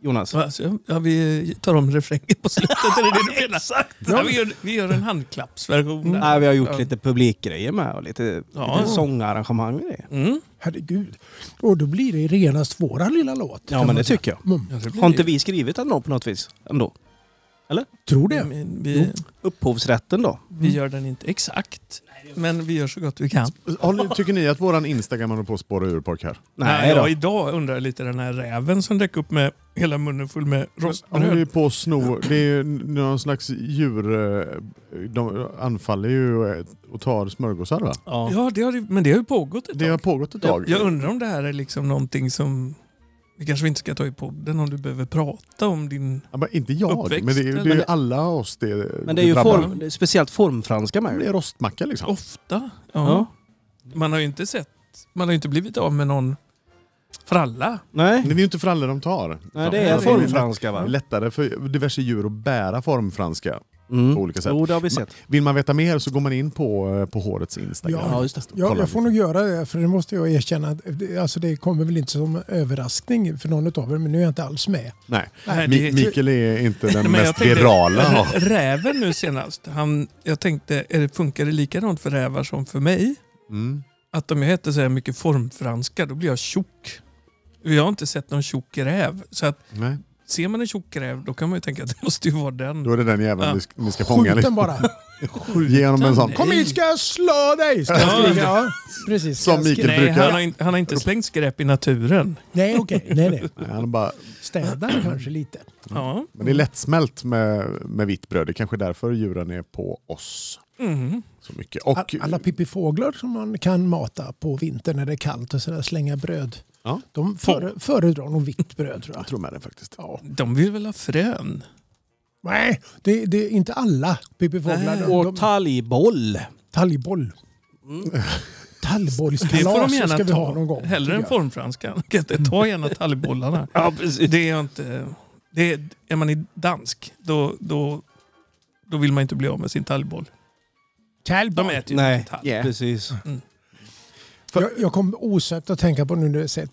[SPEAKER 1] Jonas.
[SPEAKER 3] Så, Alltså, ja, vi tar om refrängen på slutet, är det det du menar? Exakt! Ja, vi, gör, vi gör en handklappsversion där.
[SPEAKER 1] Mm. Nej, Äh, vi har gjort
[SPEAKER 3] Mm. Ja.
[SPEAKER 1] lite publikgrejer med och lite,
[SPEAKER 3] Ja.
[SPEAKER 1] lite sångarrangemang och grejer.
[SPEAKER 3] Mm.
[SPEAKER 4] Herregud. Och då blir det renast våran lilla låt.
[SPEAKER 1] Ja,
[SPEAKER 4] kan
[SPEAKER 1] men
[SPEAKER 4] man Mm.
[SPEAKER 1] det
[SPEAKER 4] säga.
[SPEAKER 1] tycker jag.
[SPEAKER 3] Ja, det blir
[SPEAKER 1] Har inte
[SPEAKER 3] det.
[SPEAKER 1] vi skrivit den då på något vis? Ändå.
[SPEAKER 4] Tror det.
[SPEAKER 3] Men vi,
[SPEAKER 1] Upphovsrätten då?
[SPEAKER 3] vi gör den inte exakt, men vi gör så gott vi kan.
[SPEAKER 2] Håller- Tycker ni att våran Instagram håller på att spåra ur pojkar?
[SPEAKER 1] Nej
[SPEAKER 3] ja,
[SPEAKER 1] då.
[SPEAKER 3] idag undrar jag lite den här räven som dök upp med hela munnen full med
[SPEAKER 2] Han håller
[SPEAKER 3] rostbröd.
[SPEAKER 2] ju på att sno. Det är ju någon slags djur... eh, De anfaller ju eh, och tar smörgåsar va?
[SPEAKER 1] Ja.
[SPEAKER 3] Ja, det har, ju- men det har ju pågått ett
[SPEAKER 2] Det har
[SPEAKER 3] tag.
[SPEAKER 2] pågått ett tag.
[SPEAKER 3] Jag undrar om det här är liksom någonting som vi kanske inte ska ta i podden om du behöver prata om din...
[SPEAKER 2] Ja, men inte jag,
[SPEAKER 3] Uppväxt,
[SPEAKER 2] men det är, det är
[SPEAKER 1] eller?
[SPEAKER 2] ju alla oss det
[SPEAKER 1] Men det är ju
[SPEAKER 2] drabbar.
[SPEAKER 1] form, det är speciellt formfranska med.
[SPEAKER 2] Det
[SPEAKER 1] ju.
[SPEAKER 2] är rostmacka liksom.
[SPEAKER 3] Ofta. Ja.
[SPEAKER 1] Ja.
[SPEAKER 3] Man har ju inte sett... Man har ju inte blivit av med någon för alla.
[SPEAKER 1] Nej.
[SPEAKER 2] Det är ju inte för alla de tar.
[SPEAKER 1] Nej, det är
[SPEAKER 2] Så ju
[SPEAKER 1] formfranska
[SPEAKER 2] lätt-
[SPEAKER 1] va?
[SPEAKER 2] lättare för diverse djur att bära formfranska.
[SPEAKER 1] Mm.
[SPEAKER 2] på olika sätt.
[SPEAKER 1] Jo, det har vi sett.
[SPEAKER 2] Vill man veta mer så går man in på, eh, på hårets Instagram.
[SPEAKER 4] Ja,
[SPEAKER 1] just det.
[SPEAKER 4] Jag,
[SPEAKER 2] Kolla
[SPEAKER 4] jag får
[SPEAKER 2] lite.
[SPEAKER 4] nog göra det, för det måste jag erkänna. att det- Alltså det kommer väl inte som överraskning för någon av er, men nu är jag inte alls med.
[SPEAKER 2] Nej.
[SPEAKER 3] Nej, det-
[SPEAKER 2] Mi- Mikael är inte den
[SPEAKER 3] Men jag
[SPEAKER 2] mest
[SPEAKER 3] tänkte-
[SPEAKER 2] virala. av-
[SPEAKER 3] Räven nu senast. Han, jag tänkte, är det, funkar det likadant för rävar som för mig?
[SPEAKER 2] Mm.
[SPEAKER 3] Att om jag heter så här mycket formfranska, då blir jag tjock. Jag har inte sett någon tjock räv. Så att,
[SPEAKER 2] Nej.
[SPEAKER 3] ser man en tjock räv, då kan man ju tänka att det måste ju vara den.
[SPEAKER 2] Då är det den jäveln
[SPEAKER 3] Ja.
[SPEAKER 2] ni ska, ni ska fånga.
[SPEAKER 4] Skjut den
[SPEAKER 2] liksom.
[SPEAKER 4] bara!
[SPEAKER 2] Ge honom en sån.
[SPEAKER 4] Kom hit ska jag slå dig! Ska jag skrika. Ja, precis. Ska
[SPEAKER 2] Som
[SPEAKER 4] jag skrika?
[SPEAKER 2] Mikael
[SPEAKER 3] Nej,
[SPEAKER 2] brukar-
[SPEAKER 3] han har, inte, han har inte slängt skräp i naturen.
[SPEAKER 4] Nej, okej. Nej, nej.
[SPEAKER 2] Nej, Han är bara,
[SPEAKER 4] Städar kanske lite.
[SPEAKER 2] Mm.
[SPEAKER 3] Ja.
[SPEAKER 2] men det är lättsmält med, med vitt bröd. Det är kanske är därför djuren är på oss. Så mycket.
[SPEAKER 4] All-
[SPEAKER 2] Och,
[SPEAKER 4] Alla pippifåglar som man kan mata på vintern när det är kallt och sådär, slänga bröd.
[SPEAKER 2] Ja.
[SPEAKER 4] De före, föredrar nog vitt bröd tror jag.
[SPEAKER 2] jag tror med det faktiskt. Ja.
[SPEAKER 3] De vill väl ha frön?
[SPEAKER 4] Nej, det, det är inte alla pippifåglar. De,
[SPEAKER 1] Och
[SPEAKER 4] de,
[SPEAKER 1] talgboll.
[SPEAKER 4] talgboll.
[SPEAKER 3] Mm. Det får
[SPEAKER 4] Talgbollskalas
[SPEAKER 3] de
[SPEAKER 4] ska
[SPEAKER 3] gärna
[SPEAKER 4] vi ha någon
[SPEAKER 3] ta.
[SPEAKER 4] gång.
[SPEAKER 3] Hellre
[SPEAKER 4] tycker
[SPEAKER 3] än
[SPEAKER 4] jag.
[SPEAKER 3] formfranskan. Ta gärna talgbollarna. ja, det är inte... Det är, är man i dansk, då, då, då vill man inte bli av med sin talgboll.
[SPEAKER 4] Talgboll.
[SPEAKER 3] De äter ju
[SPEAKER 1] Nej.
[SPEAKER 3] inte talg.
[SPEAKER 1] Precis.
[SPEAKER 4] Jag, jag kom osökt att tänka på nu när jag sett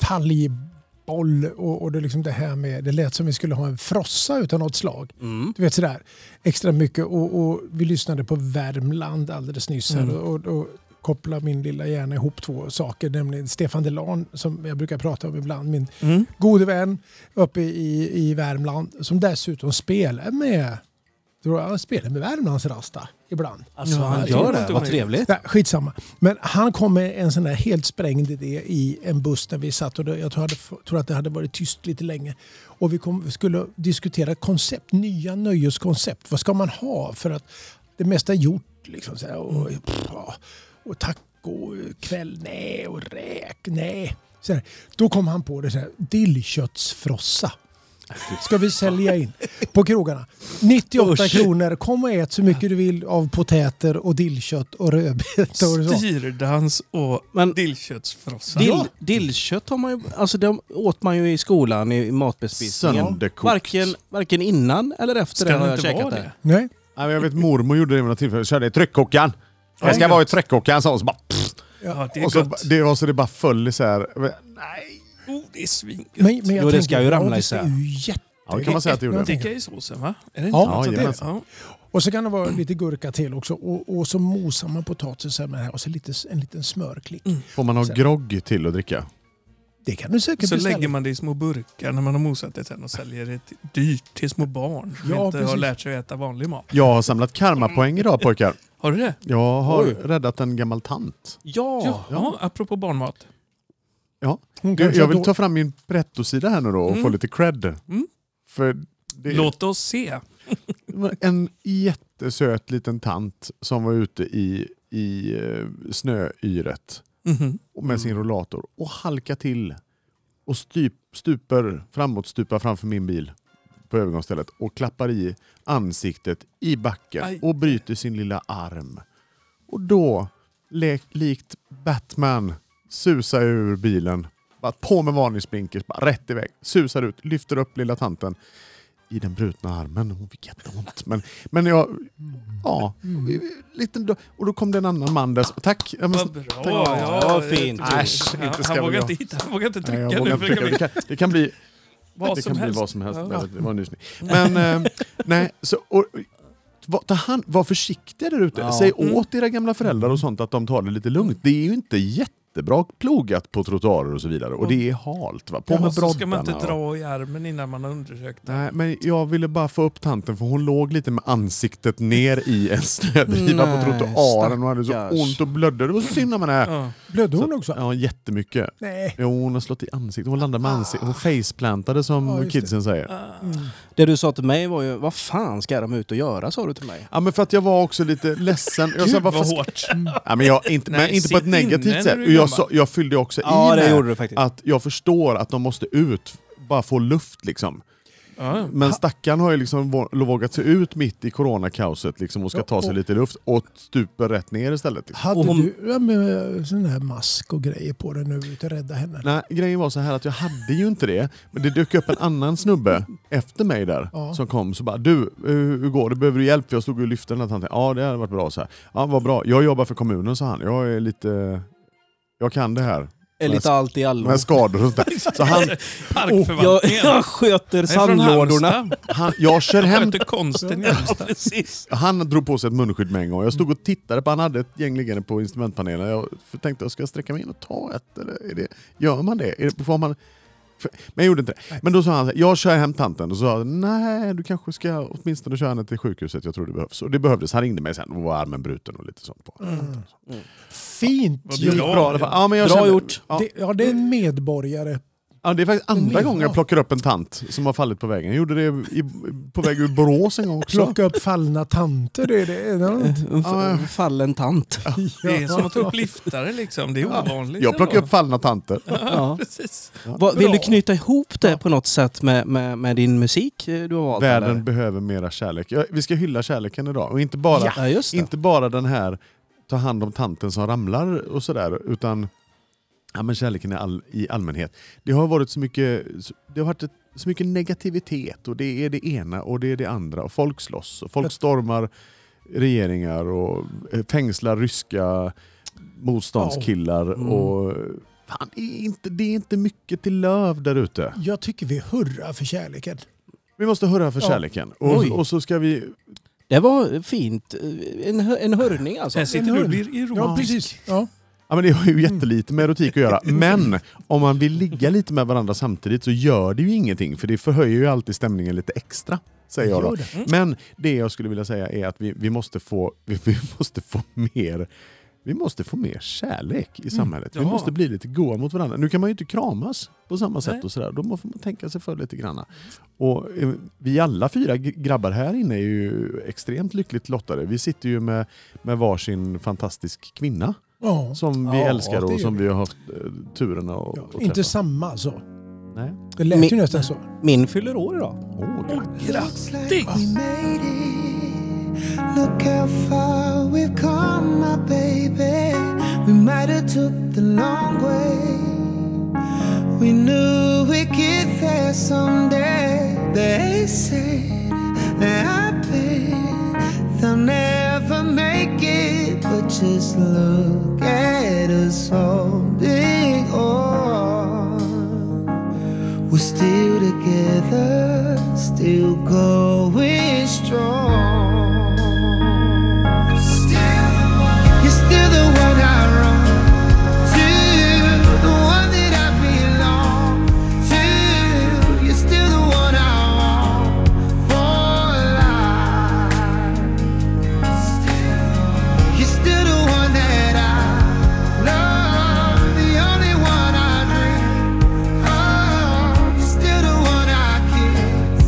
[SPEAKER 4] talgboll och, och det, liksom det här med, det lät som vi skulle ha en frossa utan något slag.
[SPEAKER 1] Mm.
[SPEAKER 4] Du vet sådär, extra mycket och, och vi lyssnade på Värmland alldeles nyss
[SPEAKER 1] Mm.
[SPEAKER 4] här och, och koppla min lilla hjärna ihop två saker, nämligen Stefan Delan som jag brukar prata om ibland, min
[SPEAKER 3] Mm.
[SPEAKER 4] gode vän uppe i, i Värmland som dessutom spelar med, tror jag, han spelar med Värmlandsrasta ibland.
[SPEAKER 1] Alltså, han
[SPEAKER 3] det
[SPEAKER 1] gör
[SPEAKER 3] är
[SPEAKER 1] det.
[SPEAKER 3] inte
[SPEAKER 1] Vad
[SPEAKER 3] omöjligt.
[SPEAKER 1] trevligt.
[SPEAKER 4] Nej, skitsamma. Men han kom med en sån där helt sprängd idé i en buss när vi satt och det, jag tror, hade, tror att det hade varit tyst lite länge. Och vi kom, vi skulle diskutera koncept, nya nöjeskoncept. Vad ska man ha för att det mesta är gjort liksom så här, och, pff, ja, och taco kväll, nej och räk, nej. Så här, då kom han på det så här, dillköttsfrossa. Ska vi sälja in på krogarna. 98
[SPEAKER 1] Usch.
[SPEAKER 4] kronor. Kom och ät så mycket du vill av potäter och dillkött och rödbetor. och så.
[SPEAKER 3] Styrdans och
[SPEAKER 1] Men-
[SPEAKER 3] dillköttsfrossa.
[SPEAKER 1] Dill, dillkött har man ju, alltså de åt man ju i skolan i, i matbespisningen.
[SPEAKER 2] Sönderkokt.
[SPEAKER 1] Varken, varken innan eller efter
[SPEAKER 3] Ska
[SPEAKER 1] det har
[SPEAKER 3] det
[SPEAKER 1] jag
[SPEAKER 3] inte vara
[SPEAKER 1] käkat
[SPEAKER 3] det?
[SPEAKER 1] det.
[SPEAKER 4] Nej.
[SPEAKER 2] Nej, men jag vet mormor gjorde det vid något tillfälle. Körde i tryckkokaren. Jag ska vara i tryckkokaren, sa hon. Så bara, pff,
[SPEAKER 3] Ja, det är
[SPEAKER 2] och så,
[SPEAKER 3] gott.
[SPEAKER 2] det, och så det bara föll isär. Nej.
[SPEAKER 3] Oh, det är svingött.
[SPEAKER 4] Men, men jag
[SPEAKER 1] Jo, det
[SPEAKER 4] tänker,
[SPEAKER 1] ska ju ramla
[SPEAKER 4] ja, visst,
[SPEAKER 1] isär.
[SPEAKER 4] det är ju jätte-
[SPEAKER 2] Ja, det kan man säga att det gjorde.
[SPEAKER 3] Ättika i såsen va? Är det inte?
[SPEAKER 4] Ja,
[SPEAKER 2] Ja,
[SPEAKER 4] det.
[SPEAKER 2] jajamensan.
[SPEAKER 3] Ja.
[SPEAKER 4] Och så kan det vara lite gurka till också. Och, och så mosar man potatisen så här med det här och så lite, en liten smörklick.
[SPEAKER 2] Får man ha grogg till att dricka?
[SPEAKER 4] Det kan du säkert
[SPEAKER 3] Så
[SPEAKER 4] beställa.
[SPEAKER 3] lägger man det i små burkar när man har mosat det sen och säljer det till- dyrt till små barn som
[SPEAKER 4] Ja,
[SPEAKER 3] inte har
[SPEAKER 4] precis.
[SPEAKER 3] lärt sig att äta vanlig mat.
[SPEAKER 2] Jag har samlat karmapoäng idag pojkar.
[SPEAKER 3] Har du det?
[SPEAKER 2] Jag har
[SPEAKER 1] Oj.
[SPEAKER 2] räddat en gammal tant.
[SPEAKER 1] Ja!
[SPEAKER 3] Ja, ja apropå barnmat.
[SPEAKER 2] Ja.
[SPEAKER 4] Hon
[SPEAKER 2] Jag,
[SPEAKER 4] kanske
[SPEAKER 2] jag vill
[SPEAKER 4] då-
[SPEAKER 2] ta fram min pretto-sida här nu då och få lite cred. För det är
[SPEAKER 3] Låt oss se.
[SPEAKER 2] en jättesöt liten tant som var ute i, i eh, snöyret
[SPEAKER 3] Mhm.
[SPEAKER 2] och med sin rollator och halka till och stup, stuper framåt, stupar framför min bil på övergångsstället och klappar i ansiktet i backen
[SPEAKER 3] Aj.
[SPEAKER 2] och bryter sin lilla arm. Och då, le- likt Batman, susar jag ur bilen. Bara på med varningsblinkers, bara rätt iväg. Susar ut, lyfter upp lilla tanten i den brutna armen. Hon fick jätteont. Men, men jag... Ja. Liten, då- och då kom det en annan man där. som- Tack! Ja, men-
[SPEAKER 3] Vad bra.
[SPEAKER 1] vad fint.
[SPEAKER 3] jag-
[SPEAKER 2] Äsch,
[SPEAKER 3] Ja,
[SPEAKER 2] inte ska
[SPEAKER 3] han,
[SPEAKER 2] väl
[SPEAKER 3] vågar
[SPEAKER 2] jag.
[SPEAKER 3] inte hitta, han vågar inte
[SPEAKER 2] Nej,
[SPEAKER 3] trycka
[SPEAKER 2] jag
[SPEAKER 3] nu.
[SPEAKER 2] vågar
[SPEAKER 3] För
[SPEAKER 2] inte
[SPEAKER 3] det kan
[SPEAKER 2] trycka.
[SPEAKER 3] bli
[SPEAKER 2] Det kan, det kan bli
[SPEAKER 3] vad
[SPEAKER 2] det
[SPEAKER 3] som
[SPEAKER 2] kan
[SPEAKER 3] helst.
[SPEAKER 2] bli vad som helst.
[SPEAKER 3] Ja.
[SPEAKER 2] Men, det var en nysning. Men, eh, nej, så, och, var, ta hand, var försiktiga där ute.
[SPEAKER 1] Ja.
[SPEAKER 2] Säg
[SPEAKER 3] Mm.
[SPEAKER 2] åt era gamla föräldrar och sånt att de tar det lite lugnt. Det är ju inte jättebra plogat på trottoarer och så vidare. Och det är halt. Va? På
[SPEAKER 3] Ja,
[SPEAKER 2] med
[SPEAKER 3] så ska man
[SPEAKER 2] broddarna.
[SPEAKER 3] inte
[SPEAKER 2] va?
[SPEAKER 3] dra i armen innan man har undersökt det.
[SPEAKER 2] Nej, men jag ville bara få upp tanten för hon låg lite med ansiktet ner i en snödriva på
[SPEAKER 1] Nej,
[SPEAKER 2] trottoaren och hade så
[SPEAKER 1] stackars.
[SPEAKER 2] ont och blödde. Det var så synd om henne.
[SPEAKER 3] Ja.
[SPEAKER 4] Blödde hon också?
[SPEAKER 2] Ja, jättemycket.
[SPEAKER 4] Nej.
[SPEAKER 2] Jo, hon har slått i ansiktet. Hon landade med ansiktet. Hon faceplantade som
[SPEAKER 4] Ja, just det.
[SPEAKER 2] kidsen säger.
[SPEAKER 1] Det du sa till mig var ju, vad fan ska de ut och göra sa du till mig?
[SPEAKER 2] Ja, men för att jag var också lite ledsen. Jag sa,
[SPEAKER 3] Gud vad
[SPEAKER 2] varför ska-
[SPEAKER 3] hårt.
[SPEAKER 2] Ja, men jag, inte,
[SPEAKER 3] Nej,
[SPEAKER 2] men inte på ett
[SPEAKER 3] sitt inne
[SPEAKER 2] negativt
[SPEAKER 3] när
[SPEAKER 2] sätt.
[SPEAKER 3] du är gammal.
[SPEAKER 2] Jag, sa, jag fyllde också
[SPEAKER 1] Ja,
[SPEAKER 2] i
[SPEAKER 1] det
[SPEAKER 2] med
[SPEAKER 1] gjorde du faktiskt.
[SPEAKER 2] att jag förstår att de måste ut, bara få luft liksom.
[SPEAKER 3] Ja.
[SPEAKER 2] Men stackaren har ju liksom vå- vågat sig ut mitt i coronakaoset liksom, och ska
[SPEAKER 4] Ja,
[SPEAKER 2] ta sig
[SPEAKER 4] och-
[SPEAKER 2] lite luft och stuper rätt ner istället. Liksom.
[SPEAKER 4] Hade
[SPEAKER 1] Och hon-
[SPEAKER 4] du ja, med sån här mask och grejer på dig nu ut och rädda henne?
[SPEAKER 2] Nej, grejen var så här att jag hade ju inte det, men det dök upp en annan snubbe efter mig där
[SPEAKER 4] Ja.
[SPEAKER 2] som kom så bara du, hur hur går det? Behöver du hjälp? För jag stod och lyfte den här tanten. Ja, det hade varit bra. så här. Ja, vad bra. Jag jobbar för kommunen, sa han. Jag är lite... Jag kan det här.
[SPEAKER 1] Är lite allt i allo.
[SPEAKER 2] Med skador och sånt där. Så han,
[SPEAKER 1] Jag,
[SPEAKER 3] Parkförvaltningen.
[SPEAKER 1] jag sköter
[SPEAKER 3] Jag är från
[SPEAKER 1] sandlådorna.
[SPEAKER 3] Halmstad.
[SPEAKER 2] han, jag kör
[SPEAKER 3] Jag
[SPEAKER 2] hem...
[SPEAKER 3] sköter konsten i
[SPEAKER 1] Ja,
[SPEAKER 3] Halmstad.
[SPEAKER 1] precis.
[SPEAKER 2] Han drog på sig ett munskydd med en gång. Jag stod och tittade på Han hade ett gäng liggande på instrumentpanelen. Jag tänkte, ska jag sträcka mig in och ta ett? Eller är det, gör man det? Är det, får man, Men jag gjorde inte det. Men då sa han så här, jag kör hem tanten. Och så sa han, nej du kanske ska åtminstone köra henne till sjukhuset, jag tror det behövs. Och det behövdes. Han ringde mig sen och var armen bruten och lite sånt på.
[SPEAKER 4] Fint
[SPEAKER 2] Det gick bra i alla fall. Ja, men jag
[SPEAKER 1] Bra
[SPEAKER 2] känner-
[SPEAKER 1] gjort.
[SPEAKER 2] Ja.
[SPEAKER 4] Det, ja, det är en medborgare.
[SPEAKER 2] Ja, det är faktiskt andra
[SPEAKER 4] Mm.
[SPEAKER 2] gången jag plockar upp en tant som har fallit på vägen. Jag gjorde det i, på väg ur Borås en gång också. Eh.
[SPEAKER 4] Plocka upp fallna tanter, det är det. är det något?
[SPEAKER 1] En f- fallen tant.
[SPEAKER 3] Det är som att ta upp liftare liksom. Det är ovanligt.
[SPEAKER 2] Jag plockar
[SPEAKER 3] ändå.
[SPEAKER 2] upp fallna tanter.
[SPEAKER 1] Ja.
[SPEAKER 3] Precis.
[SPEAKER 1] Vad- Vill
[SPEAKER 4] Bra.
[SPEAKER 1] du knyta ihop det på något sätt med, med, med din musik eh, du har valt?
[SPEAKER 2] Världen
[SPEAKER 1] eller?
[SPEAKER 2] behöver mera kärlek. Ja, vi ska hylla kärleken idag. Och inte bara,
[SPEAKER 1] Ja, just det.
[SPEAKER 2] inte bara den här ta hand om tanten som ramlar och sådär. Utan ja, men kärleken i, all, i allmänhet. Det har varit så mycket, det har varit ett, så mycket negativitet. Och det är det ena och det är det andra. Och folk slåss. Och folk stormar regeringar och eh, fängslar ryska motståndskillar. Och, fan, det, är inte, det är inte mycket till löv där ute.
[SPEAKER 4] Jag tycker vi hurrar för kärleken.
[SPEAKER 2] Vi måste hurra för
[SPEAKER 4] Ja.
[SPEAKER 2] kärleken. Och,
[SPEAKER 1] Oj.
[SPEAKER 2] och så ska vi
[SPEAKER 1] Det var fint. Eh, En, hö- en hörning alltså.
[SPEAKER 3] Här sitter du och blir ironisk.
[SPEAKER 4] Ja, precis. Ja.
[SPEAKER 2] Ja, men det har
[SPEAKER 4] Mm.
[SPEAKER 2] ju jättelite med erotik att göra. Men om man vill ligga lite med varandra samtidigt så gör det ju ingenting. För det förhöjer ju alltid stämningen lite extra. Säger jag då.
[SPEAKER 4] Gör det.
[SPEAKER 2] Men det jag skulle vilja säga är att vi, vi, måste, få, vi, vi måste få mer vi måste få mer kärlek
[SPEAKER 4] Mm.
[SPEAKER 2] i samhället. Vi
[SPEAKER 3] Ja.
[SPEAKER 2] måste bli lite goa mot varandra. Nu kan man ju inte kramas på samma sätt.
[SPEAKER 3] Nej.
[SPEAKER 2] och sådär. Då måste man tänka sig för lite grann. Och, eh, vi alla fyra g- grabbar här inne är ju extremt lyckligt lottade. Vi sitter ju med, med varsin fantastisk kvinna
[SPEAKER 4] Ja.
[SPEAKER 2] som vi
[SPEAKER 4] Ja,
[SPEAKER 2] älskar
[SPEAKER 4] det gör
[SPEAKER 2] och som
[SPEAKER 4] vi.
[SPEAKER 2] vi har haft eh, turen att
[SPEAKER 4] Ja,
[SPEAKER 2] att
[SPEAKER 4] inte
[SPEAKER 2] träffa.
[SPEAKER 4] samma alltså.
[SPEAKER 2] Nej.
[SPEAKER 4] Det lät
[SPEAKER 1] Min-
[SPEAKER 4] ju nästan så.
[SPEAKER 1] Min fyller år idag.
[SPEAKER 2] Åh, grattis.
[SPEAKER 8] Looks like we made it. Look how far we've come, my baby. We might have took the long way. We knew we'd get there someday. They said that I bet they'll never make it, but just look at us holding on. We're still together, still going strong. Still the one. You're still the one I run to, the one that I belong to. You're still the one I want for life. You're still the one that I love, the only one I dream of. You're still the one I kiss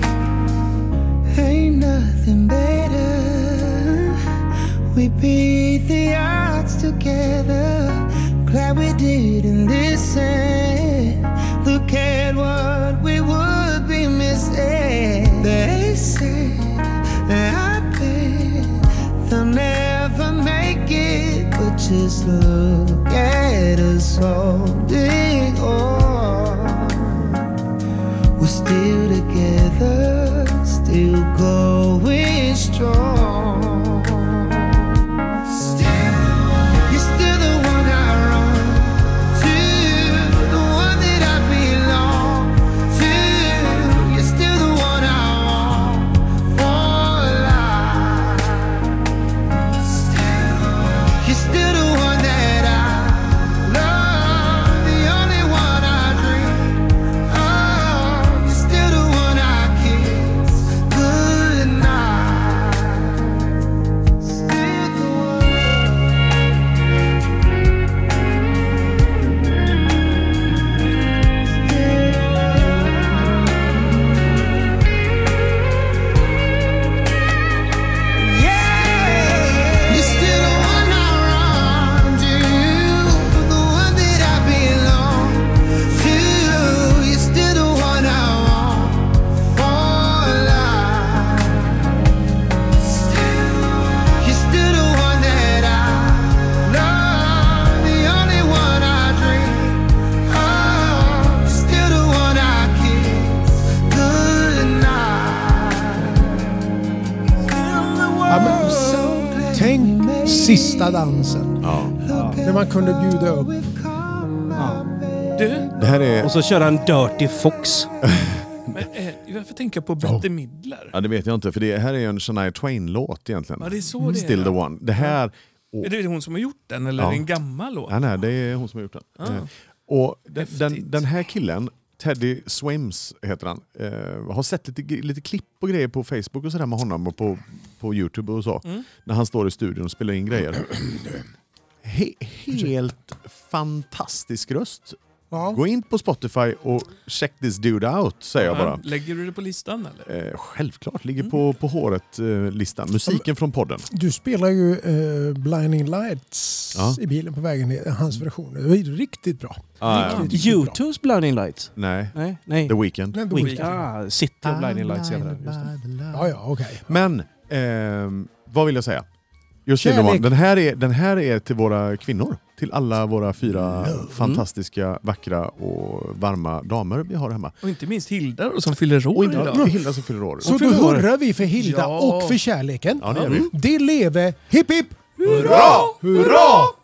[SPEAKER 8] goodnight. Ain't nothing better. We beat the odds together. Glad we didn't listen. Look at what we would be missing. They say I bet they'll never make it, but just look at us holding on. We're still together, still going strong. Still, you're still the one I run to, the one that I belong to. You're still the one I want for life. You're still the one that I love, the only one I dream of. You're still the one I kiss goodnight. Still the one. You're still the one I run to, the one that I belong to. You're still the one I want for life. You're still the one that I love, the only one I dream of. You're still the one I kiss goodnight.
[SPEAKER 4] Ja, men, s- tänk sista dansen. När man kunde bjuda upp.
[SPEAKER 3] Du,
[SPEAKER 2] Det här är...
[SPEAKER 1] Och så kör han Dirty Fox.
[SPEAKER 3] men, eh, varför tänker jag på Bette Midler?
[SPEAKER 2] Ja, det vet jag inte, för det här är ju en Shania Twain-låt egentligen.
[SPEAKER 3] Ja, det är så det är.
[SPEAKER 2] Still the one. Det här, Och-
[SPEAKER 3] Är det hon som har gjort den eller
[SPEAKER 2] Ja.
[SPEAKER 3] är det en gammal låt?
[SPEAKER 2] Nej, nej, det är hon som har gjort den.
[SPEAKER 3] Ah.
[SPEAKER 2] Eh, Och den, den,
[SPEAKER 3] Häftigt.
[SPEAKER 2] den här killen, Teddy Swims heter han, eh, har sett lite, gre- lite klipp och grejer på Facebook och sådär med honom och på, på Youtube och så.
[SPEAKER 3] Mm.
[SPEAKER 2] När han står i studion och spelar in grejer. He, helt fantastisk röst.
[SPEAKER 4] Ja.
[SPEAKER 2] Gå in på Spotify och check this dude out, säger jag bara.
[SPEAKER 3] Ja, Mm. Lägger du det på listan eller?
[SPEAKER 2] Eh, självklart, ligger på, på håret-listan. Musiken från podden.
[SPEAKER 4] Du spelar ju eh, Blinding Lights
[SPEAKER 2] Ja.
[SPEAKER 4] i bilen på vägen ner, hans version. Det var ju riktigt bra.
[SPEAKER 2] Ah,
[SPEAKER 4] Riktigt, riktigt bra.
[SPEAKER 1] U2's Blinding Lights?
[SPEAKER 2] Nej,
[SPEAKER 1] Nej, nej.
[SPEAKER 2] The Weeknd.
[SPEAKER 4] Men då-
[SPEAKER 1] Weeknd. Ah, City of Blinding Lights heter den. Just det.
[SPEAKER 4] Ja, ja, okej.
[SPEAKER 2] Men, ehm, vad vill jag säga? Just det,
[SPEAKER 4] Kärlek.
[SPEAKER 2] Johan, den, här är, den här är till våra kvinnor. Till alla våra fyra
[SPEAKER 3] Mm.
[SPEAKER 2] fantastiska, vackra och varma damer vi har hemma.
[SPEAKER 3] ah. Och inte minst Hilda då, som fyller
[SPEAKER 2] Och
[SPEAKER 3] år
[SPEAKER 2] inte
[SPEAKER 3] idag.
[SPEAKER 2] till Hilda som fyller år.
[SPEAKER 4] Så då
[SPEAKER 3] fyller år.
[SPEAKER 4] hurrar vi för Hilda
[SPEAKER 3] Ja.
[SPEAKER 4] och för kärleken.
[SPEAKER 2] Ja, det gör vi.
[SPEAKER 4] Det leve hipp hipp!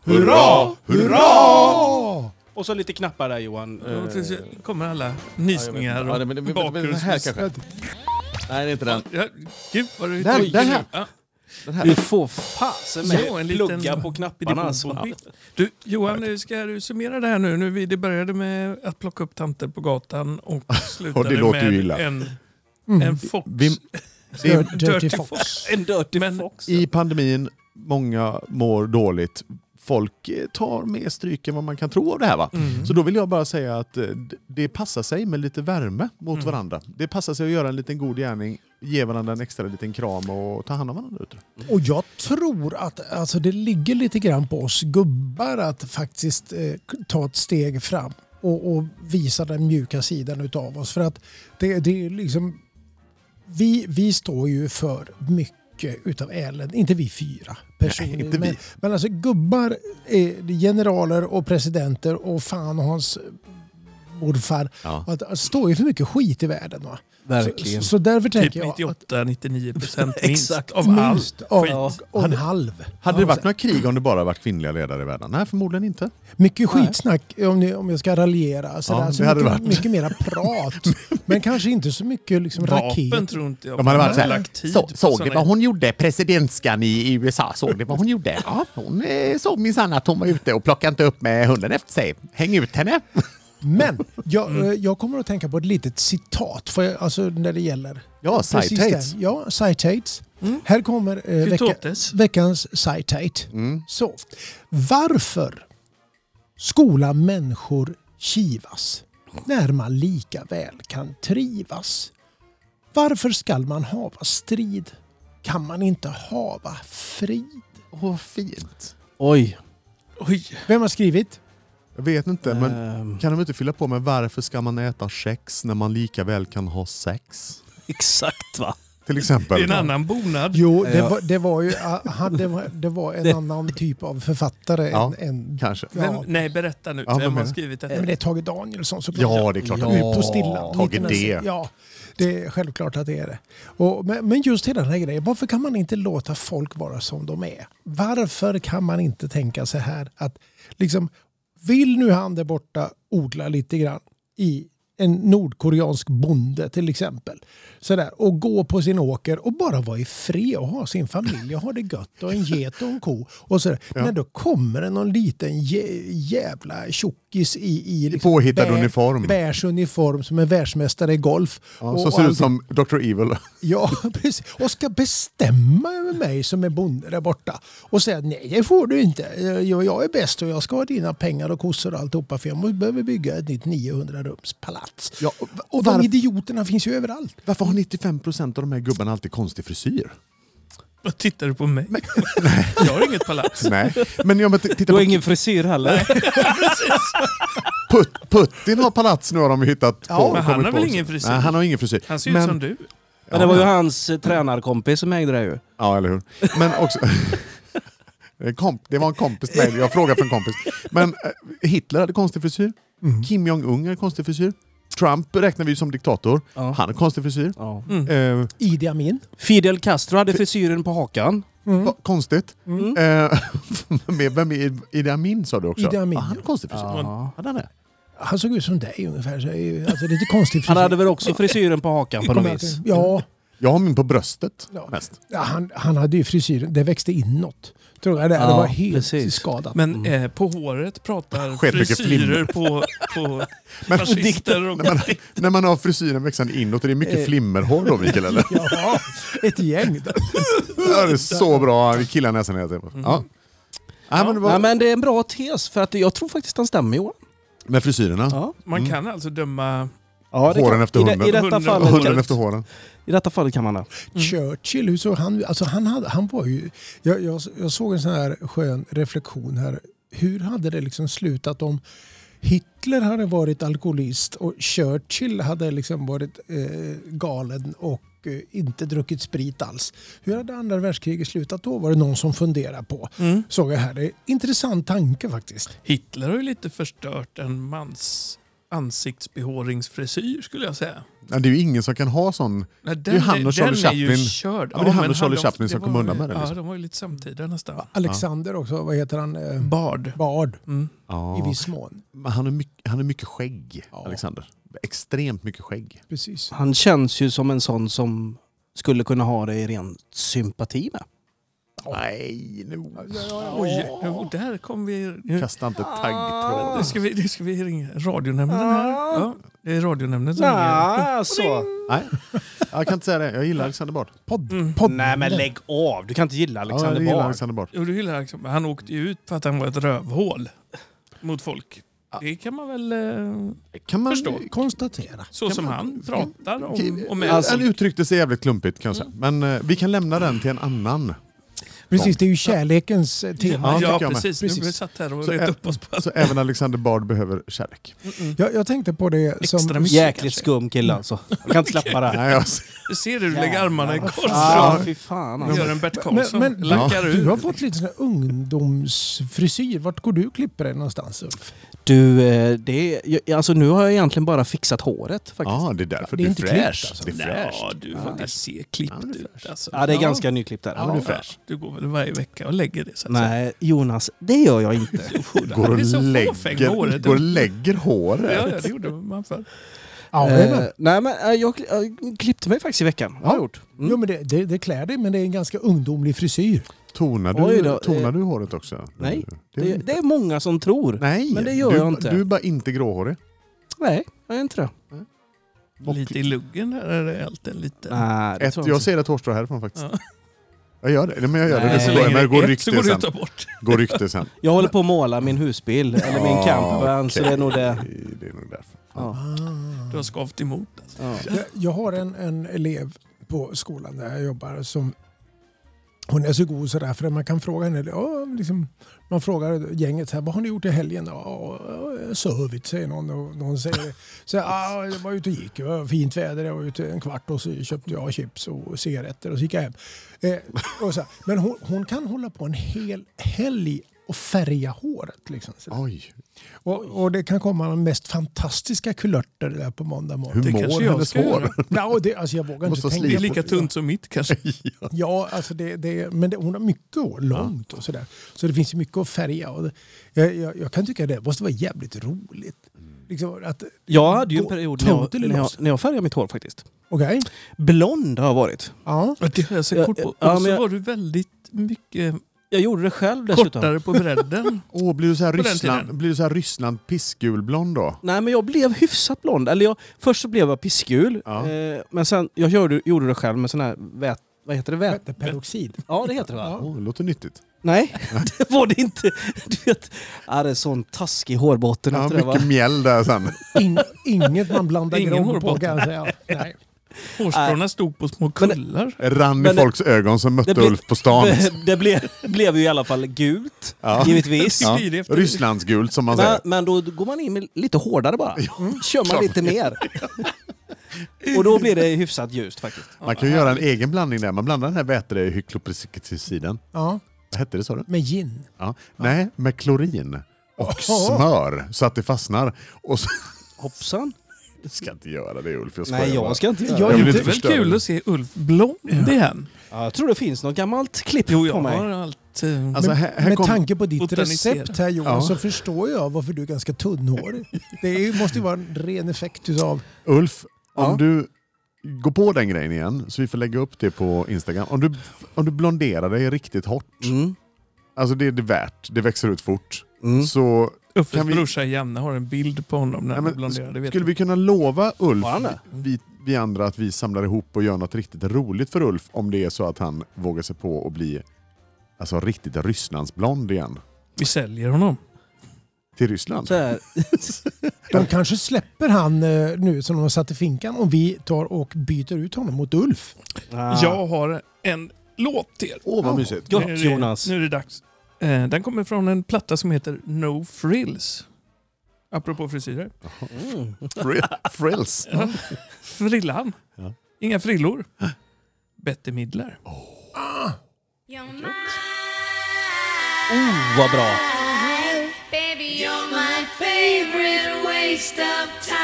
[SPEAKER 2] Hurra!
[SPEAKER 1] Och så lite knappar där Johan. Eh,
[SPEAKER 3] Och tills jag- kommer alla nysningar
[SPEAKER 2] Ja, men- men- men-
[SPEAKER 3] och
[SPEAKER 2] men- men- här
[SPEAKER 3] bakgrundsmusik.
[SPEAKER 2] kanske. Nej, det är inte den.
[SPEAKER 3] Ja, Gud vad du
[SPEAKER 2] Där-
[SPEAKER 3] Oj,
[SPEAKER 2] där här.
[SPEAKER 3] ja.
[SPEAKER 1] Du får fasen
[SPEAKER 3] Så, en
[SPEAKER 1] med
[SPEAKER 3] liten-
[SPEAKER 1] plugga på knapparna alltså.
[SPEAKER 3] Du Johan, nu ska du summera det här nu? nu vi, det började med att plocka upp tanter på gatan och slutade
[SPEAKER 2] låter ju
[SPEAKER 3] med
[SPEAKER 2] illa.
[SPEAKER 3] en, en fox.
[SPEAKER 2] Vi,
[SPEAKER 4] Det är
[SPEAKER 3] en
[SPEAKER 4] Mm. Dirty, Fox.
[SPEAKER 1] En dirty
[SPEAKER 3] Men-
[SPEAKER 1] fox.
[SPEAKER 2] I pandemin, många mår dåligt. Folk eh, tar mer stryk än vad man kan tro av det här. Va?
[SPEAKER 3] Mm.
[SPEAKER 2] Så då vill jag bara säga att eh, d- det passar sig med lite värme mot
[SPEAKER 3] Mm.
[SPEAKER 2] varandra. Det passar sig att göra en liten god gärning, ge varandra en extra liten kram och ta hand om varandra. Ute.
[SPEAKER 4] Och jag tror att alltså, det ligger lite grann på oss gubbar att faktiskt eh, ta ett steg fram och, och visa den mjuka sidan utav oss. För att det, det är liksom... Vi, vi står ju för mycket utav elände. Inte vi fyra personer.
[SPEAKER 2] Nej, inte
[SPEAKER 4] men,
[SPEAKER 2] vi.
[SPEAKER 4] men alltså gubbar, eh, generaler och presidenter och fan och hans morfar.
[SPEAKER 2] Ja.
[SPEAKER 4] Att, att står ju för mycket skit i världen. Va?
[SPEAKER 1] Verkligen.
[SPEAKER 4] Så, så därför
[SPEAKER 3] Typ
[SPEAKER 4] tänker jag att
[SPEAKER 3] 98-99 procent minst
[SPEAKER 1] Exakt,
[SPEAKER 3] av allt.
[SPEAKER 4] minst av,
[SPEAKER 1] skit.
[SPEAKER 4] och en halv.
[SPEAKER 2] Hade
[SPEAKER 4] Ja,
[SPEAKER 2] det varit några krig om det bara varit kvinnliga ledare i världen? Nej, förmodligen inte.
[SPEAKER 4] Mycket skitsnack om, ni, om jag ska raljera. Sådär.
[SPEAKER 2] Ja,
[SPEAKER 4] så
[SPEAKER 2] det hade
[SPEAKER 4] mycket,
[SPEAKER 2] det varit.
[SPEAKER 4] mycket mera prat. men kanske inte så mycket liksom
[SPEAKER 3] Vapen
[SPEAKER 4] raket.
[SPEAKER 3] tror inte jag
[SPEAKER 2] De hade varit så här,
[SPEAKER 3] lagt tid
[SPEAKER 2] så,
[SPEAKER 3] typ, på
[SPEAKER 2] såg ni
[SPEAKER 3] såna-
[SPEAKER 2] vad hon gjorde? Presidentskan i i USA, såg ni vad hon gjorde? Ja, hon eh, såg minsann att hon var ute och plockade inte upp med hunden efter sig. Häng ut henne!
[SPEAKER 4] Men jag,
[SPEAKER 2] Mm.
[SPEAKER 4] eh, jag kommer att tänka på ett litet citat för jag, alltså, när det gäller
[SPEAKER 2] Ja,
[SPEAKER 4] precis
[SPEAKER 2] citates.
[SPEAKER 4] det. Ja, citates. Här kommer eh, vecka,
[SPEAKER 3] Citates.
[SPEAKER 4] veckans citate. Så. Varför skola människor kivas när man lika väl kan trivas? Varför skall man hava strid? Kan man inte hava frid?
[SPEAKER 2] Åh, fint.
[SPEAKER 1] Oj.
[SPEAKER 3] Oj,
[SPEAKER 4] Vem har skrivit?
[SPEAKER 2] Jag vet inte, men
[SPEAKER 1] Ehm,
[SPEAKER 2] kan de inte fylla på med varför ska man äta sex när man lika väl kan ha sex?
[SPEAKER 1] exakt va.
[SPEAKER 2] Till
[SPEAKER 3] det är
[SPEAKER 2] exempel.
[SPEAKER 3] en annan bonad.
[SPEAKER 4] Jo, det
[SPEAKER 1] Ja.
[SPEAKER 4] var, det var ju ah, han- det var, det var en
[SPEAKER 1] Det-
[SPEAKER 4] annan typ av författare
[SPEAKER 2] Ja.
[SPEAKER 4] än... än
[SPEAKER 2] Kanske.
[SPEAKER 4] Ja.
[SPEAKER 3] Vem, nej, berätta nu.
[SPEAKER 2] Ja, men
[SPEAKER 3] Vem har
[SPEAKER 2] menar-
[SPEAKER 3] skrivit detta?
[SPEAKER 4] Nej, men det är Tage Danielsson såklart.
[SPEAKER 2] Ja, det är klart.
[SPEAKER 4] Ut på stilla.
[SPEAKER 2] Tage D.
[SPEAKER 4] 1960. Ja, det är självklart att det är det. Och, men, men just hela den här grejen, varför kan man inte låta folk vara som de är? Varför kan man inte tänka så här att liksom, vill nu han där borta odla lite grann i en nordkoreansk bonde till exempel. Sådär, och gå på sin åker och bara vara i fred och ha sin familj och ha det gött och en get och en ko. Och sådär. Men då kommer det någon liten jä- jävla tjockis i, i liksom
[SPEAKER 2] påhittad uniform.
[SPEAKER 4] Bärs uniform som är världsmästare i golf.
[SPEAKER 2] Ja, som ser
[SPEAKER 4] allting.
[SPEAKER 2] ut som Dr. Evil.
[SPEAKER 4] Ja, precis. Och ska bestämma över mig som är bonde där borta. Och säga nej, det får du inte. Eh, Jag, jag är bäst och jag ska ha dina pengar och kossor och alltihopa för jag må- behöver bygga ett nytt 900-rumspalats.
[SPEAKER 2] Ja,
[SPEAKER 4] och
[SPEAKER 2] och
[SPEAKER 4] de
[SPEAKER 2] varf-
[SPEAKER 4] idioterna finns ju överallt.
[SPEAKER 2] Varför har 95% av de här gubbarna alltid konstig frisyr?
[SPEAKER 3] Vad tittar du på mig? jag har inget palats.
[SPEAKER 2] Nej, men jag titta
[SPEAKER 1] Du
[SPEAKER 2] på
[SPEAKER 1] har ingen frisyr heller.
[SPEAKER 2] Put, Putin har palats nu har de ju hittat
[SPEAKER 4] Ja,
[SPEAKER 2] på.
[SPEAKER 4] men
[SPEAKER 2] kommit
[SPEAKER 3] han har
[SPEAKER 2] på
[SPEAKER 3] väl
[SPEAKER 2] också.
[SPEAKER 3] ingen frisyr?
[SPEAKER 2] Nej, han har ingen frisyr.
[SPEAKER 3] Han ser ut
[SPEAKER 2] Men-
[SPEAKER 3] som du.
[SPEAKER 1] Men det var ju hans eh, tränarkompis som ägde det ju.
[SPEAKER 2] Ja, eller hur. Men också... Det är komp- Det var en kompis till mig, jag frågade för en kompis. Men eh, Hitler hade konstig frisyr.
[SPEAKER 1] Mm.
[SPEAKER 2] Kim Jong-Un hade konstig frisyr. Trump räknar vi ju som diktator.
[SPEAKER 1] Ja.
[SPEAKER 2] Han har konstig frisyr.
[SPEAKER 1] Ja.
[SPEAKER 3] Mm.
[SPEAKER 2] Eh,
[SPEAKER 4] Idi Amin.
[SPEAKER 1] Fidel Castro hade frisyren på hakan.
[SPEAKER 2] va- Konstigt.
[SPEAKER 1] Mm.
[SPEAKER 2] Eh, med- vem är Idi Amin sa du också?
[SPEAKER 4] Idi Amin,
[SPEAKER 2] ja, han har konstig frisyr.
[SPEAKER 1] Ja.
[SPEAKER 2] Hade han det?
[SPEAKER 4] Han såg ut som dig ungefär. Så, eh, alltså, lite konstigt.
[SPEAKER 1] Han hade väl också frisyren på hakan på något vis.
[SPEAKER 4] Ja,
[SPEAKER 2] Jag har min på bröstet
[SPEAKER 4] Ja.
[SPEAKER 2] mest.
[SPEAKER 4] Ja, han, han hade ju frisyren, det växte inåt. Tror jag det. det
[SPEAKER 1] Ja,
[SPEAKER 4] var helt
[SPEAKER 1] precis.
[SPEAKER 4] skadat.
[SPEAKER 3] Men eh, på håret pratar
[SPEAKER 2] Skett Mm. mycket flimmer.
[SPEAKER 3] frisyrer på, på
[SPEAKER 2] Men-
[SPEAKER 3] fascister och...
[SPEAKER 2] När man, när man har frisyren växande inåt, är det
[SPEAKER 1] Eh.
[SPEAKER 2] mycket flimmerhår då Mikael? Eller?
[SPEAKER 4] Ja, ett gäng. där.
[SPEAKER 2] Ja, det är så bra. Vi killar näsan hela tiden. Ja. Ja, men, det var-
[SPEAKER 1] Mm. Nej, men det är en bra tes, för att jag tror faktiskt den stämmer Johan.
[SPEAKER 2] Med frisyrerna?
[SPEAKER 1] Ja.
[SPEAKER 2] Mm.
[SPEAKER 3] Man kan alltså döma...
[SPEAKER 1] Ja, det
[SPEAKER 2] Håren
[SPEAKER 1] kan-
[SPEAKER 2] efter
[SPEAKER 1] i de-
[SPEAKER 2] hunden.
[SPEAKER 1] I, detta
[SPEAKER 3] Hunden-
[SPEAKER 1] fallet,
[SPEAKER 2] Hunden efter håren.
[SPEAKER 1] I detta fallet kan man det.
[SPEAKER 4] Churchill, hur såg han alltså han, hade, han var ju... Jag, jag, jag såg en sån här skön reflektion här. Hur hade det liksom slutat om Hitler hade varit alkoholist och Churchill hade liksom varit eh, galen och eh, inte druckit sprit alls. Hur hade andra världskriget slutat då? Var det någon som funderade på. Såg jag här. Det är en intressant tanke faktiskt.
[SPEAKER 3] Hitler har ju lite förstört en mans ansiktsbehåringsfrisyr skulle jag säga.
[SPEAKER 2] Ja, det är ju ingen som kan ha sån.
[SPEAKER 3] Nej, den,
[SPEAKER 2] är ju han och Charlie
[SPEAKER 3] den är ju
[SPEAKER 2] Chaplin.
[SPEAKER 3] körd.
[SPEAKER 2] Ja, men det är han
[SPEAKER 3] men
[SPEAKER 2] och Charlie
[SPEAKER 3] de-
[SPEAKER 2] Chaplin som
[SPEAKER 3] det
[SPEAKER 2] kom
[SPEAKER 3] var
[SPEAKER 2] undan
[SPEAKER 3] ju-
[SPEAKER 2] med den,
[SPEAKER 3] Ja,
[SPEAKER 2] liksom.
[SPEAKER 3] de var ju lite samtida nästan.
[SPEAKER 4] Alexander också, vad heter han? Eh,
[SPEAKER 3] Bard.
[SPEAKER 4] Bard
[SPEAKER 2] Ja.
[SPEAKER 4] i viss mån.
[SPEAKER 2] Men Han har mycket, han har mycket skägg, Alexander. Extremt mycket skägg.
[SPEAKER 4] Precis.
[SPEAKER 1] Han känns ju som en sån som skulle kunna ha det i ren sympati med.
[SPEAKER 2] Nej, nu...
[SPEAKER 3] Oj, och där kom vi... Nu
[SPEAKER 2] Kasta inte taggtråd.
[SPEAKER 3] ska vi, nu ska vi ringa radionämnden här. Ja, det är radionämnden som ringer.
[SPEAKER 2] Mm.
[SPEAKER 1] Nej, alltså.
[SPEAKER 2] Nej, jag kan inte säga det. Jag gillar Alexander Bard.
[SPEAKER 4] Podd, podd.
[SPEAKER 1] Nej, men lägg av. Du kan inte gilla
[SPEAKER 2] Ja, jag
[SPEAKER 1] Alexander
[SPEAKER 2] gillar
[SPEAKER 1] Bard.
[SPEAKER 2] Alexander Bard.
[SPEAKER 3] Jo, du gillar liksom, han åkte ju ut för att han var ett rövhål mot folk. Det kan man väl... eh,
[SPEAKER 2] Kan man...
[SPEAKER 3] Förstå.
[SPEAKER 4] Konstatera.
[SPEAKER 3] Så som han pratar om,
[SPEAKER 2] Okej,
[SPEAKER 3] om
[SPEAKER 2] alltså,
[SPEAKER 3] män.
[SPEAKER 2] Han uttryckte sig jävligt klumpigt kan jag säga. Men eh, vi kan lämna den till en annan.
[SPEAKER 4] Precis, det är ju kärlekens eh, tema.
[SPEAKER 2] Ja,
[SPEAKER 3] Ja,
[SPEAKER 2] tycker jag med.
[SPEAKER 3] precis. Nu
[SPEAKER 4] Precis.
[SPEAKER 3] har vi satt här och
[SPEAKER 2] Så
[SPEAKER 3] retat
[SPEAKER 2] ä-
[SPEAKER 3] upp oss på
[SPEAKER 2] Så Alltså, även Alexander Bard behöver kärlek.
[SPEAKER 4] Jag, jag tänkte på det som...
[SPEAKER 3] extra mycket.
[SPEAKER 1] Jäkligt
[SPEAKER 3] kanske.
[SPEAKER 1] skum kille alltså. Jag kan inte släppa det.
[SPEAKER 2] Nej, jag...
[SPEAKER 3] Du ser hur du lägger armarna i kors
[SPEAKER 1] Ja, fy fan
[SPEAKER 3] och
[SPEAKER 1] alltså.
[SPEAKER 3] gör en Bert
[SPEAKER 4] Men,
[SPEAKER 3] Karlsson.
[SPEAKER 4] men
[SPEAKER 3] Lackar
[SPEAKER 4] du har
[SPEAKER 3] ur.
[SPEAKER 4] fått lite sån här ungdomsfrisyr. Vart går du och klipper dig någonstans Ulf?
[SPEAKER 1] Du, eh, det, är- jag- alltså nu har jag egentligen bara fixat håret faktiskt.
[SPEAKER 2] Ja, det är därför.
[SPEAKER 4] Det
[SPEAKER 2] du
[SPEAKER 4] är
[SPEAKER 2] är
[SPEAKER 4] inte klippt,
[SPEAKER 2] fräsch.
[SPEAKER 4] alltså.
[SPEAKER 2] Det är fräscht.
[SPEAKER 3] Ja, du faktiskt ser klippt ut. Alltså.
[SPEAKER 1] Ja, det är ganska nyklippt där.
[SPEAKER 2] Ja, du är fräsch.
[SPEAKER 3] Du går väl varje vecka och lägger det? Så att säga.
[SPEAKER 1] Nej, Jonas, det gör jag inte.
[SPEAKER 2] Går och,
[SPEAKER 3] Det är så fåfäng med
[SPEAKER 2] lägger,
[SPEAKER 3] håret.
[SPEAKER 2] går och lägger håret.
[SPEAKER 3] Ja, ja, det gjorde man förr.
[SPEAKER 4] Ja,
[SPEAKER 1] Eh,
[SPEAKER 4] men-
[SPEAKER 1] nej, men eh, jag, kli- jag klippte mig faktiskt i veckan. Har jag gjort. Mm.
[SPEAKER 4] Jo, men det, det, det klär dig, men det är en ganska ungdomlig frisyr.
[SPEAKER 2] Tonar,
[SPEAKER 1] Oj
[SPEAKER 2] du,
[SPEAKER 1] då, eh,
[SPEAKER 2] tonar du håret också?
[SPEAKER 1] Nej,
[SPEAKER 2] Det,
[SPEAKER 1] det, det är många som tror.
[SPEAKER 2] nej,
[SPEAKER 1] men det gör
[SPEAKER 2] du,
[SPEAKER 1] jag inte.
[SPEAKER 2] Du är bara inte gråhårig.
[SPEAKER 1] Nej, jag är inte det.
[SPEAKER 2] Och
[SPEAKER 3] Lite i luggen här är det alltid lite.
[SPEAKER 1] Nej, det
[SPEAKER 2] ett,
[SPEAKER 1] tror
[SPEAKER 2] jag,
[SPEAKER 1] jag inte.
[SPEAKER 2] ser ett hårstrå härifrån faktiskt.
[SPEAKER 3] Ja.
[SPEAKER 2] Jag gör det. Nej, men jag gör det.
[SPEAKER 1] Nej.
[SPEAKER 2] det.
[SPEAKER 3] Så
[SPEAKER 2] Så
[SPEAKER 1] börjar
[SPEAKER 3] länge
[SPEAKER 2] men det går
[SPEAKER 3] är ett så går det
[SPEAKER 2] rykte
[SPEAKER 3] ju
[SPEAKER 2] sen.
[SPEAKER 3] att ta bort.
[SPEAKER 2] Går rykte sen.
[SPEAKER 1] Jag håller på att måla min husbil, eller min campervan, så det är nog det.
[SPEAKER 2] Det är nog därför.
[SPEAKER 1] Ja.
[SPEAKER 3] Du har skavt emot. Alltså.
[SPEAKER 1] Ja.
[SPEAKER 4] Jag, jag har en, en elev på skolan där jag jobbar som hon är så god sådär för man kan fråga henne. Ja, liksom, man frågar gänget så här, vad har ni gjort i helgen? Ja, ja, sovit säger någon och någon säger så här, ja, jag var ute och gick. Det var fint väder. Jag var ute en kvart och så köpte jag chips och cigaretter och så gick jag hem. Eh, och så här. Men hon, hon kan hålla på en hel helg och färga håret. Liksom, så där.
[SPEAKER 2] Oj,
[SPEAKER 4] och, och det kan komma de mest fantastiska kulörter där på måndag morgon.
[SPEAKER 2] hur
[SPEAKER 3] Det
[SPEAKER 2] mår
[SPEAKER 3] kanske jag
[SPEAKER 2] hennes
[SPEAKER 3] ska göra.
[SPEAKER 2] hår?
[SPEAKER 4] Ja, det, alltså jag vågar
[SPEAKER 2] Måste
[SPEAKER 4] inte
[SPEAKER 2] vara
[SPEAKER 3] Det
[SPEAKER 4] tänka
[SPEAKER 2] slitet.
[SPEAKER 3] är
[SPEAKER 4] på
[SPEAKER 3] lika
[SPEAKER 4] det.
[SPEAKER 3] tunt som mitt kanske.
[SPEAKER 4] Ja, alltså det, det, men det, hon har mycket hår, långt och sådär. Så det finns ju mycket att färga. Och det, jag, jag, jag kan tycka det måste vara jävligt roligt.
[SPEAKER 2] Mm.
[SPEAKER 4] Liksom att,
[SPEAKER 1] Jag hade ju en
[SPEAKER 4] Gå-
[SPEAKER 1] period när jag,
[SPEAKER 4] tomten är
[SPEAKER 1] när jag,
[SPEAKER 4] loss.
[SPEAKER 1] när jag färgade mitt hår faktiskt.
[SPEAKER 4] Okej?
[SPEAKER 1] Blond har jag varit.
[SPEAKER 4] Ja.
[SPEAKER 3] Ja, Det har jag
[SPEAKER 1] Ja,
[SPEAKER 3] sett kort på.
[SPEAKER 1] ja,
[SPEAKER 3] Och
[SPEAKER 1] men
[SPEAKER 3] så
[SPEAKER 1] jag-
[SPEAKER 3] var du väldigt mycket
[SPEAKER 1] Jag gjorde det själv dessutom.
[SPEAKER 3] kortare på bredden.
[SPEAKER 2] Åh, blir du så här
[SPEAKER 3] den
[SPEAKER 2] Ryssland,
[SPEAKER 3] tiden.
[SPEAKER 2] blir du så här Ryssland pissgulblond då?
[SPEAKER 1] Nej, men jag blev hyfsat blond. Eller jag, först så blev jag pissgul.
[SPEAKER 2] Ja.
[SPEAKER 1] Eh, men sen, jag gjorde, gjorde det själv med sån här vät... Vad heter det? Vät?
[SPEAKER 4] Väteperoxid.
[SPEAKER 1] Ja, det heter det va?
[SPEAKER 4] Ja.
[SPEAKER 2] Åh, det låter nyttigt.
[SPEAKER 1] Nej, det var det inte. Du vet, ja, det är sån taskig hårbotten
[SPEAKER 2] Ja,
[SPEAKER 1] efter det va?
[SPEAKER 2] mycket mjäll där sen.
[SPEAKER 4] In, inget man blandar
[SPEAKER 3] Ingen
[SPEAKER 4] grogg på
[SPEAKER 3] hårbotten.
[SPEAKER 4] kan jag säga. Nej.
[SPEAKER 3] Hårstråna stod på små
[SPEAKER 1] Men det-
[SPEAKER 3] kullar.
[SPEAKER 2] Rann i
[SPEAKER 1] Men det-
[SPEAKER 2] folks ögon som mötte
[SPEAKER 1] det blir-
[SPEAKER 2] Ulf på stan.
[SPEAKER 1] Det blev, blev ju i alla fall gult, givetvis.
[SPEAKER 2] Ja.
[SPEAKER 3] blir det efter-
[SPEAKER 2] Rysslandsgult som man
[SPEAKER 1] Men,
[SPEAKER 2] säger.
[SPEAKER 1] men då går man in med lite hårdare bara. Mm. Kör man lite mer. Och då blir det hyfsat ljust faktiskt.
[SPEAKER 2] Man kan ju göra en egen blandning där. Man blandar den här vätehyklopesiciden.
[SPEAKER 4] Ja,
[SPEAKER 2] Vad hette det sa du?
[SPEAKER 4] med gin.
[SPEAKER 2] Ja. Nej, med klorin och smör så att det fastnar. Och så...
[SPEAKER 1] Hoppsan.
[SPEAKER 2] Jag ska inte göra det Ulf, jag skojar
[SPEAKER 1] Nej,
[SPEAKER 2] bara.
[SPEAKER 1] jag ska inte göra
[SPEAKER 2] Jag
[SPEAKER 1] det.
[SPEAKER 2] vill
[SPEAKER 3] det
[SPEAKER 2] inte
[SPEAKER 3] är väl
[SPEAKER 2] förstöra
[SPEAKER 3] kul
[SPEAKER 2] det.
[SPEAKER 3] att se Ulf blond igen?
[SPEAKER 1] Ja, Jag tror det finns något gammalt klipp
[SPEAKER 3] Jo, jag
[SPEAKER 1] på mig.
[SPEAKER 3] har allt... eh,
[SPEAKER 2] Alltså,
[SPEAKER 4] men,
[SPEAKER 2] här, här
[SPEAKER 4] med
[SPEAKER 2] kom...
[SPEAKER 4] tanke på ditt
[SPEAKER 3] botanisera.
[SPEAKER 4] recept här Johan
[SPEAKER 2] Ja.
[SPEAKER 4] så förstår jag varför du är ganska tunnhårig. Det är- måste ju vara en ren effekt utav...
[SPEAKER 2] Ulf, om
[SPEAKER 1] Ja.
[SPEAKER 2] du går på den grejen igen så vi får lägga upp det på Instagram. Om du, om du blonderar dig riktigt hårt
[SPEAKER 1] Mm.
[SPEAKER 2] Alltså det är det värt. Det växer ut fort.
[SPEAKER 1] Mm.
[SPEAKER 2] Så
[SPEAKER 3] Uffes
[SPEAKER 2] Kan vi-
[SPEAKER 3] brorsa Janne har en bild på honom när
[SPEAKER 2] nej,
[SPEAKER 3] han
[SPEAKER 2] men,
[SPEAKER 3] blonderade. det vet
[SPEAKER 2] skulle
[SPEAKER 3] jag.
[SPEAKER 2] vi kunna lova Ulf,
[SPEAKER 1] Har han det?
[SPEAKER 2] vi, vi andra, att vi samlar ihop och gör något riktigt roligt för Ulf om det är så att han vågar sig på att bli alltså, riktigt Rysslandsblond igen?
[SPEAKER 3] vi säljer honom.
[SPEAKER 2] Till Ryssland?
[SPEAKER 1] Så här.
[SPEAKER 4] De kanske släpper han eh, nu som de har satt i finkan om vi tar och byter ut honom mot Ulf.
[SPEAKER 1] Ah.
[SPEAKER 3] Jag har en låt till er.
[SPEAKER 2] Åh, vad mysigt.
[SPEAKER 1] Gott
[SPEAKER 3] Nu är det-
[SPEAKER 1] Jonas.
[SPEAKER 3] Nu är det dags. Eh, Den kommer från en platta som heter No Frills. Apropå frisyrer.
[SPEAKER 1] Mm.
[SPEAKER 2] Fri- Frills.
[SPEAKER 3] Frillan.
[SPEAKER 2] Ja.
[SPEAKER 3] Inga frillor. Betty Midler.
[SPEAKER 7] You're
[SPEAKER 1] Oh, vad bra.
[SPEAKER 7] mine, baby. You're my favorite waste of time.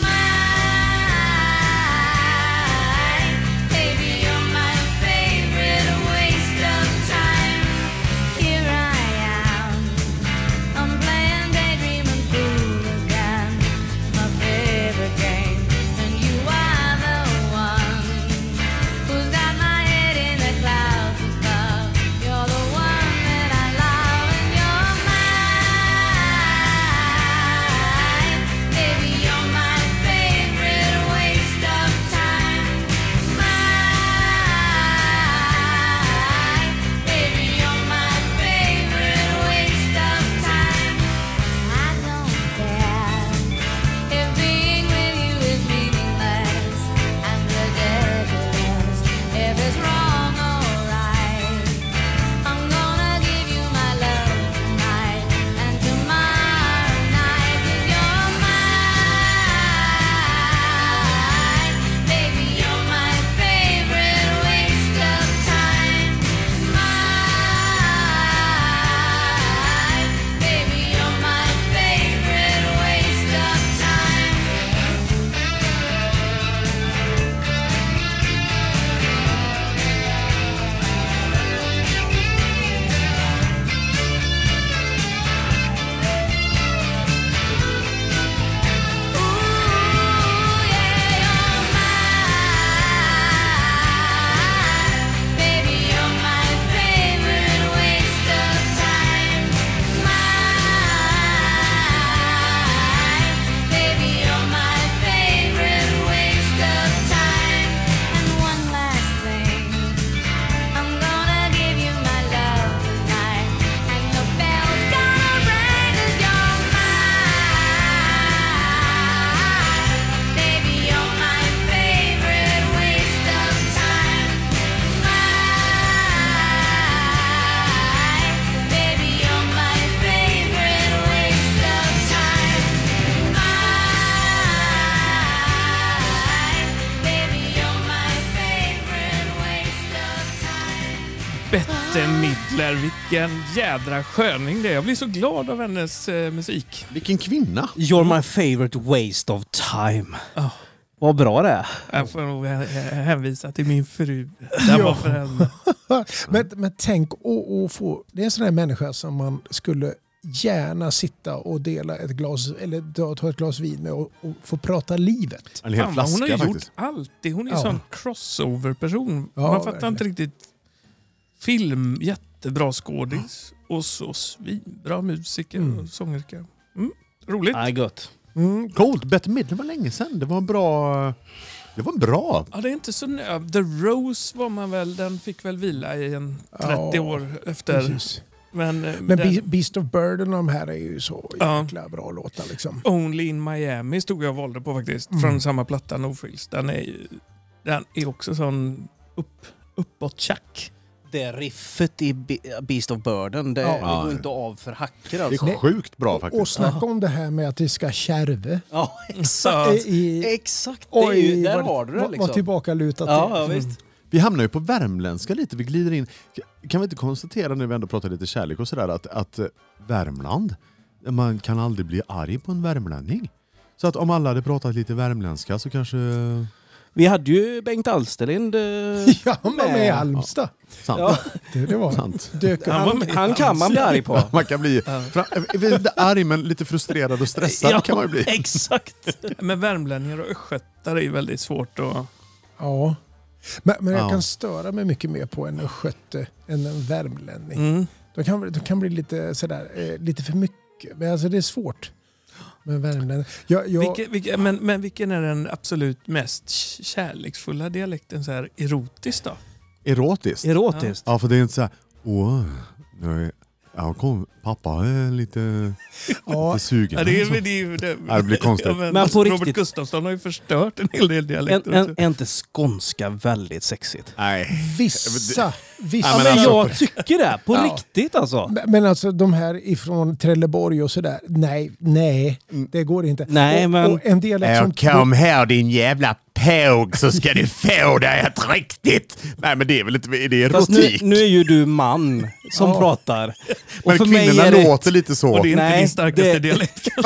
[SPEAKER 7] Mine, baby. You're my favorite waste of time. Here I am, I'm playing daydreaming fool again. My favorite game, and you are the one. Who's got my head in the clouds above? You're the one that I love, and you're mine. Baby, you're my favorite waste of time. Mine, baby, you're my favorite waste of time. I don't care. If being with you is meaningless and ridiculous, if it's wrong or right, I'm gonna give you my love tonight and tomorrow night. 'Cause you're mine, baby. You're my favorite waste of time. Mine, baby. You're my favorite waste of time. Ooh, yeah, you're mine, baby. You're my favorite waste of time. Mine, baby. You're my favorite waste of time. And one last thing. I'm gonna give you my love tonight, and the bell's gonna ring 'cause you're mine, baby. You're my favorite waste of time. Mine, baby. You're my favorite waste of time. Mine, baby. You're my favorite waste of time.
[SPEAKER 3] Bette Midler, vilken jädra sköning det är. Jag blir så glad av hennes eh, musik.
[SPEAKER 2] Vilken kvinna!
[SPEAKER 1] You're my favorite waste of time.
[SPEAKER 3] Ja.
[SPEAKER 1] Vad bra det är.
[SPEAKER 3] Jag får nog eh, hänvisa till min fru. Den var för henne.
[SPEAKER 4] Men, men tänk att att få... Det är en sån här människa som man skulle gärna sitta och dela ett glas eller ta- ta ett glas vin med och, och få prata livet.
[SPEAKER 2] En
[SPEAKER 3] Fan,
[SPEAKER 2] hel
[SPEAKER 3] vad hon har ju
[SPEAKER 2] flaska
[SPEAKER 3] gjort
[SPEAKER 2] faktiskt.
[SPEAKER 3] allt. det. Hon är en
[SPEAKER 4] Ja.
[SPEAKER 3] sån crossover-person.
[SPEAKER 4] Ja,
[SPEAKER 3] Man fattar
[SPEAKER 4] verkligen.
[SPEAKER 3] inte riktigt. Film, jättebra skådis och så svinbra musiker och sångerska. Mm. Roligt.
[SPEAKER 1] Ah, gott.
[SPEAKER 2] Mm, coolt. Bette Midler var länge sedan. Det var en bra... Det var en bra.
[SPEAKER 3] Ja, det är inte så nö- The Rose var man väl, den fick väl vila i en 30
[SPEAKER 4] Ja,
[SPEAKER 3] år efter. Men, eh,
[SPEAKER 4] Men
[SPEAKER 3] den,
[SPEAKER 4] Be- Beast of Burden och de här är ju så
[SPEAKER 3] Ja.
[SPEAKER 4] jäkla bra låtar liksom.
[SPEAKER 3] Only in Miami stod jag och valde på faktiskt. Från samma platta, No Frills. Den är, ju- den är också sån upp, uppåt-tjack.
[SPEAKER 1] Det riffet i Be- uh, Beast of Burden, det,
[SPEAKER 4] Ja.
[SPEAKER 1] det går inte av för hackor
[SPEAKER 2] Det
[SPEAKER 1] alltså.
[SPEAKER 2] är sjukt bra
[SPEAKER 4] Och
[SPEAKER 2] faktiskt.
[SPEAKER 4] snacka om det här med att det ska kärve.
[SPEAKER 1] Ja,
[SPEAKER 4] I,
[SPEAKER 1] exakt.
[SPEAKER 4] i,
[SPEAKER 1] Exakt, Eh, det är ju, där
[SPEAKER 4] vad-
[SPEAKER 1] har du det
[SPEAKER 4] vad-
[SPEAKER 1] liksom.
[SPEAKER 4] Vad tillbakalutat det
[SPEAKER 1] Ja,
[SPEAKER 4] är.
[SPEAKER 1] ja, visst.
[SPEAKER 2] Vi hamnar ju på värmländska lite. Vi glider in. Kan vi inte konstatera när vi ändå pratar lite kärlek och sådär att, att eh, Värmland, man kan aldrig bli arg på en värmlänning. Så att om alla hade pratat lite värmländska så kanske... eh,
[SPEAKER 1] Vi hade ju Bengt Alsterlind. eh,
[SPEAKER 4] Ja, han var med i Halmstad.
[SPEAKER 2] Sant.
[SPEAKER 1] Ja.
[SPEAKER 4] Det, det var
[SPEAKER 2] Sant.
[SPEAKER 4] Dök upp.
[SPEAKER 1] Han, han kan man bli arg på.
[SPEAKER 2] Man kan bli fra- jag vet inte arg men lite frustrerad och stressad kan man ju bli.
[SPEAKER 1] Exakt.
[SPEAKER 3] Men värmlänningar och östgötar är ju väldigt svårt att...
[SPEAKER 4] Ja. Men, men jag
[SPEAKER 2] Ja.
[SPEAKER 4] kan störa mig mycket mer på en östgöte än en värmlänning.
[SPEAKER 3] Mm.
[SPEAKER 4] De kan, de kan bli lite, sådär, eh, lite för mycket. Men alltså, det är svårt med värmlänning. Jag, jag,
[SPEAKER 3] Vilken, vilken, men, men vilken är den absolut mest k- kärleksfulla dialekten så här erotiskt då?
[SPEAKER 2] Erotiskt.
[SPEAKER 1] Erotiskt.
[SPEAKER 2] Ja, för det är inte så här... Åh, nu är, ja, kom, pappa är lite,
[SPEAKER 4] ja,
[SPEAKER 2] lite sugen. liksom.
[SPEAKER 3] Ja, det, är, det, är, ju- det,
[SPEAKER 2] Ja, det blir konstigt.
[SPEAKER 3] Ja, men,
[SPEAKER 1] Men
[SPEAKER 3] alltså,
[SPEAKER 1] på
[SPEAKER 3] Robert
[SPEAKER 1] riktigt.
[SPEAKER 3] Gustafsson har ju förstört en hel del
[SPEAKER 1] En,
[SPEAKER 3] dialekter.
[SPEAKER 1] en, är inte skånska väldigt sexigt?
[SPEAKER 2] Nej.
[SPEAKER 4] vissa. vissa
[SPEAKER 2] Ja,
[SPEAKER 1] Ja,
[SPEAKER 2] men
[SPEAKER 1] men
[SPEAKER 2] alltså-
[SPEAKER 1] jag tycker det. På
[SPEAKER 4] Ja.
[SPEAKER 1] riktigt alltså.
[SPEAKER 4] Men- Men alltså de här ifrån Trelleborg och sådär. Nej, nej, det går inte.
[SPEAKER 1] Nej,
[SPEAKER 4] och,
[SPEAKER 1] men-
[SPEAKER 4] och en dialekt som...
[SPEAKER 2] här din jävla påg så ska du få dig ett riktigt... Nej men det är väl inte... Är det
[SPEAKER 1] Fast nu,
[SPEAKER 2] erotik?
[SPEAKER 1] nu är ju du man som pratar. Och
[SPEAKER 2] men kvinnorna låter lite så.
[SPEAKER 3] och det är inte
[SPEAKER 1] Nej,
[SPEAKER 3] din starkaste
[SPEAKER 1] det-
[SPEAKER 3] dialekt.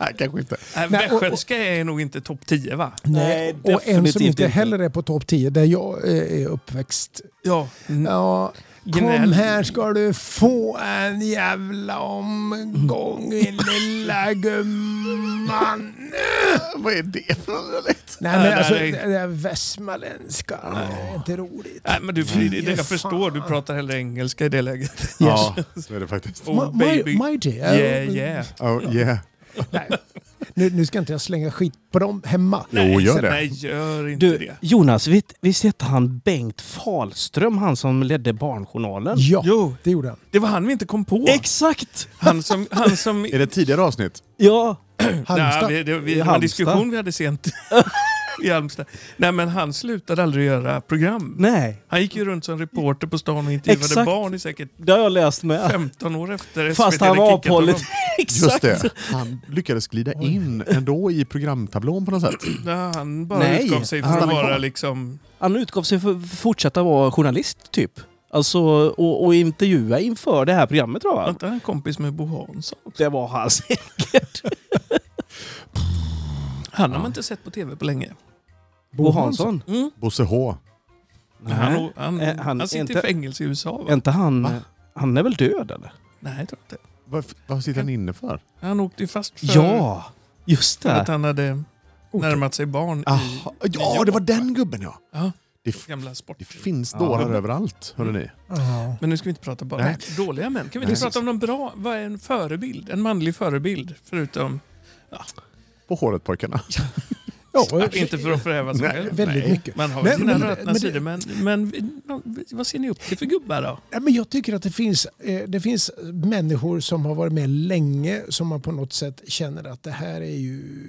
[SPEAKER 2] Nej, kanske inte.
[SPEAKER 3] Nej,
[SPEAKER 4] Nej, och-
[SPEAKER 3] Västgötska är nog inte topp 10 va?
[SPEAKER 1] Nej,
[SPEAKER 4] och en som
[SPEAKER 1] definitivt
[SPEAKER 4] inte
[SPEAKER 1] inte.
[SPEAKER 4] heller är på topp 10, där jag eh, är uppväxt.
[SPEAKER 3] Ja.
[SPEAKER 4] Ja, kom
[SPEAKER 3] Gnäll.
[SPEAKER 4] här ska du få en jävla omgång lilla gumman.
[SPEAKER 2] Vad är det för någon dialekt?
[SPEAKER 4] Nej men
[SPEAKER 3] Nej,
[SPEAKER 4] alltså
[SPEAKER 3] nej.
[SPEAKER 4] det där västmanländska, det är inte roligt.
[SPEAKER 3] Nej, men du, det, det,
[SPEAKER 4] Fy
[SPEAKER 3] jag
[SPEAKER 4] fan.
[SPEAKER 3] förstår, du pratar hellre engelska i det läget.
[SPEAKER 2] Ja, så är det faktiskt.
[SPEAKER 3] Oh,
[SPEAKER 4] my, my,
[SPEAKER 3] baby.
[SPEAKER 4] my dear.
[SPEAKER 3] Yeah, yeah.
[SPEAKER 2] Oh, yeah.
[SPEAKER 4] Nej. Nu, nu ska inte jag slänga skit på dem hemma.
[SPEAKER 2] Jo, gör det.
[SPEAKER 3] Nej, gör inte
[SPEAKER 1] Du,
[SPEAKER 3] det.
[SPEAKER 1] Jonas, visst, visst hette han Bengt Falström, han som ledde Barnjournalen?
[SPEAKER 4] Ja,
[SPEAKER 3] Jo,
[SPEAKER 4] det gjorde han.
[SPEAKER 3] det var han vi inte kom på.
[SPEAKER 1] Exakt!
[SPEAKER 3] Han som... Han som
[SPEAKER 2] Är det ett tidigare avsnitt?
[SPEAKER 1] Ja,
[SPEAKER 4] Halmstad.
[SPEAKER 3] Nej, vi, det, vi, det var en
[SPEAKER 1] Halmstad.
[SPEAKER 3] diskussion vi hade sent i Halmstad. Nej, men han slutade aldrig göra program.
[SPEAKER 1] nej.
[SPEAKER 3] Han gick ju runt som reporter på stan och intervjuade
[SPEAKER 1] Exakt.
[SPEAKER 3] barn i säkert
[SPEAKER 1] Det har jag läst med.
[SPEAKER 3] 15 år efter
[SPEAKER 1] Fast
[SPEAKER 3] SVT
[SPEAKER 1] han
[SPEAKER 3] hade
[SPEAKER 1] var
[SPEAKER 3] kickat honom.
[SPEAKER 1] avhållit.
[SPEAKER 2] Just
[SPEAKER 1] Exakt.
[SPEAKER 2] det. Han lyckades glida in ändå i programtablån på något sätt.
[SPEAKER 3] Nej, han bara
[SPEAKER 1] Nej,
[SPEAKER 3] utgav sig för
[SPEAKER 1] han
[SPEAKER 3] att
[SPEAKER 1] stannade
[SPEAKER 3] vara
[SPEAKER 1] kvar.
[SPEAKER 3] liksom...
[SPEAKER 1] Han utgav sig för att fortsätta vara journalist, typ. Alltså, och, och intervjua inför det här programmet, tror
[SPEAKER 3] Var
[SPEAKER 1] jag.
[SPEAKER 3] inte han kompis med Bo Hansson?
[SPEAKER 1] Det var han säkert.
[SPEAKER 3] Han har man inte sett på tv på länge.
[SPEAKER 1] Bo Hansson?
[SPEAKER 3] Mm.
[SPEAKER 2] Bosse H.
[SPEAKER 1] Nej.
[SPEAKER 3] Han, han,
[SPEAKER 1] Eh, han-
[SPEAKER 3] han sitter i
[SPEAKER 1] inte-
[SPEAKER 3] fängelse i USA, va?
[SPEAKER 1] Är inte han...
[SPEAKER 2] Va?
[SPEAKER 1] Han är väl död, eller?
[SPEAKER 3] Nej, jag tror inte.
[SPEAKER 2] Vad vad sitter han inne för?
[SPEAKER 3] Han åkte ju fast för
[SPEAKER 1] Ja! Just
[SPEAKER 3] för att
[SPEAKER 1] det.
[SPEAKER 3] han hade närmat sig barn i
[SPEAKER 2] Aha. Ja, det var den gubben ja.
[SPEAKER 3] Ja.
[SPEAKER 2] Det, f-
[SPEAKER 3] gamla sport.
[SPEAKER 2] det finns
[SPEAKER 1] Ja.
[SPEAKER 2] dårar överallt, hörde ni.
[SPEAKER 4] Ja.
[SPEAKER 3] Men nu ska vi inte prata bara
[SPEAKER 2] Nej.
[SPEAKER 3] om dåliga män. Kan vi inte
[SPEAKER 2] Nej.
[SPEAKER 3] prata om någon bra? Vad är en förebild? En manlig förebild? Förutom...
[SPEAKER 2] På håret pojkarna.
[SPEAKER 4] Ja,
[SPEAKER 3] inte för att förhäva sig
[SPEAKER 2] Nej.
[SPEAKER 3] själv.
[SPEAKER 4] Väldigt
[SPEAKER 2] Nej.
[SPEAKER 4] mycket.
[SPEAKER 3] Man har
[SPEAKER 4] Men-
[SPEAKER 3] sina
[SPEAKER 4] men-
[SPEAKER 3] rötna
[SPEAKER 4] men det-
[SPEAKER 3] sidor, men, men vi- nå- vi- vad ser ni upp till för gubbar då?
[SPEAKER 4] Ja, men jag tycker att det finns, eh, det finns människor som har varit med länge som man på något sätt känner att det här är ju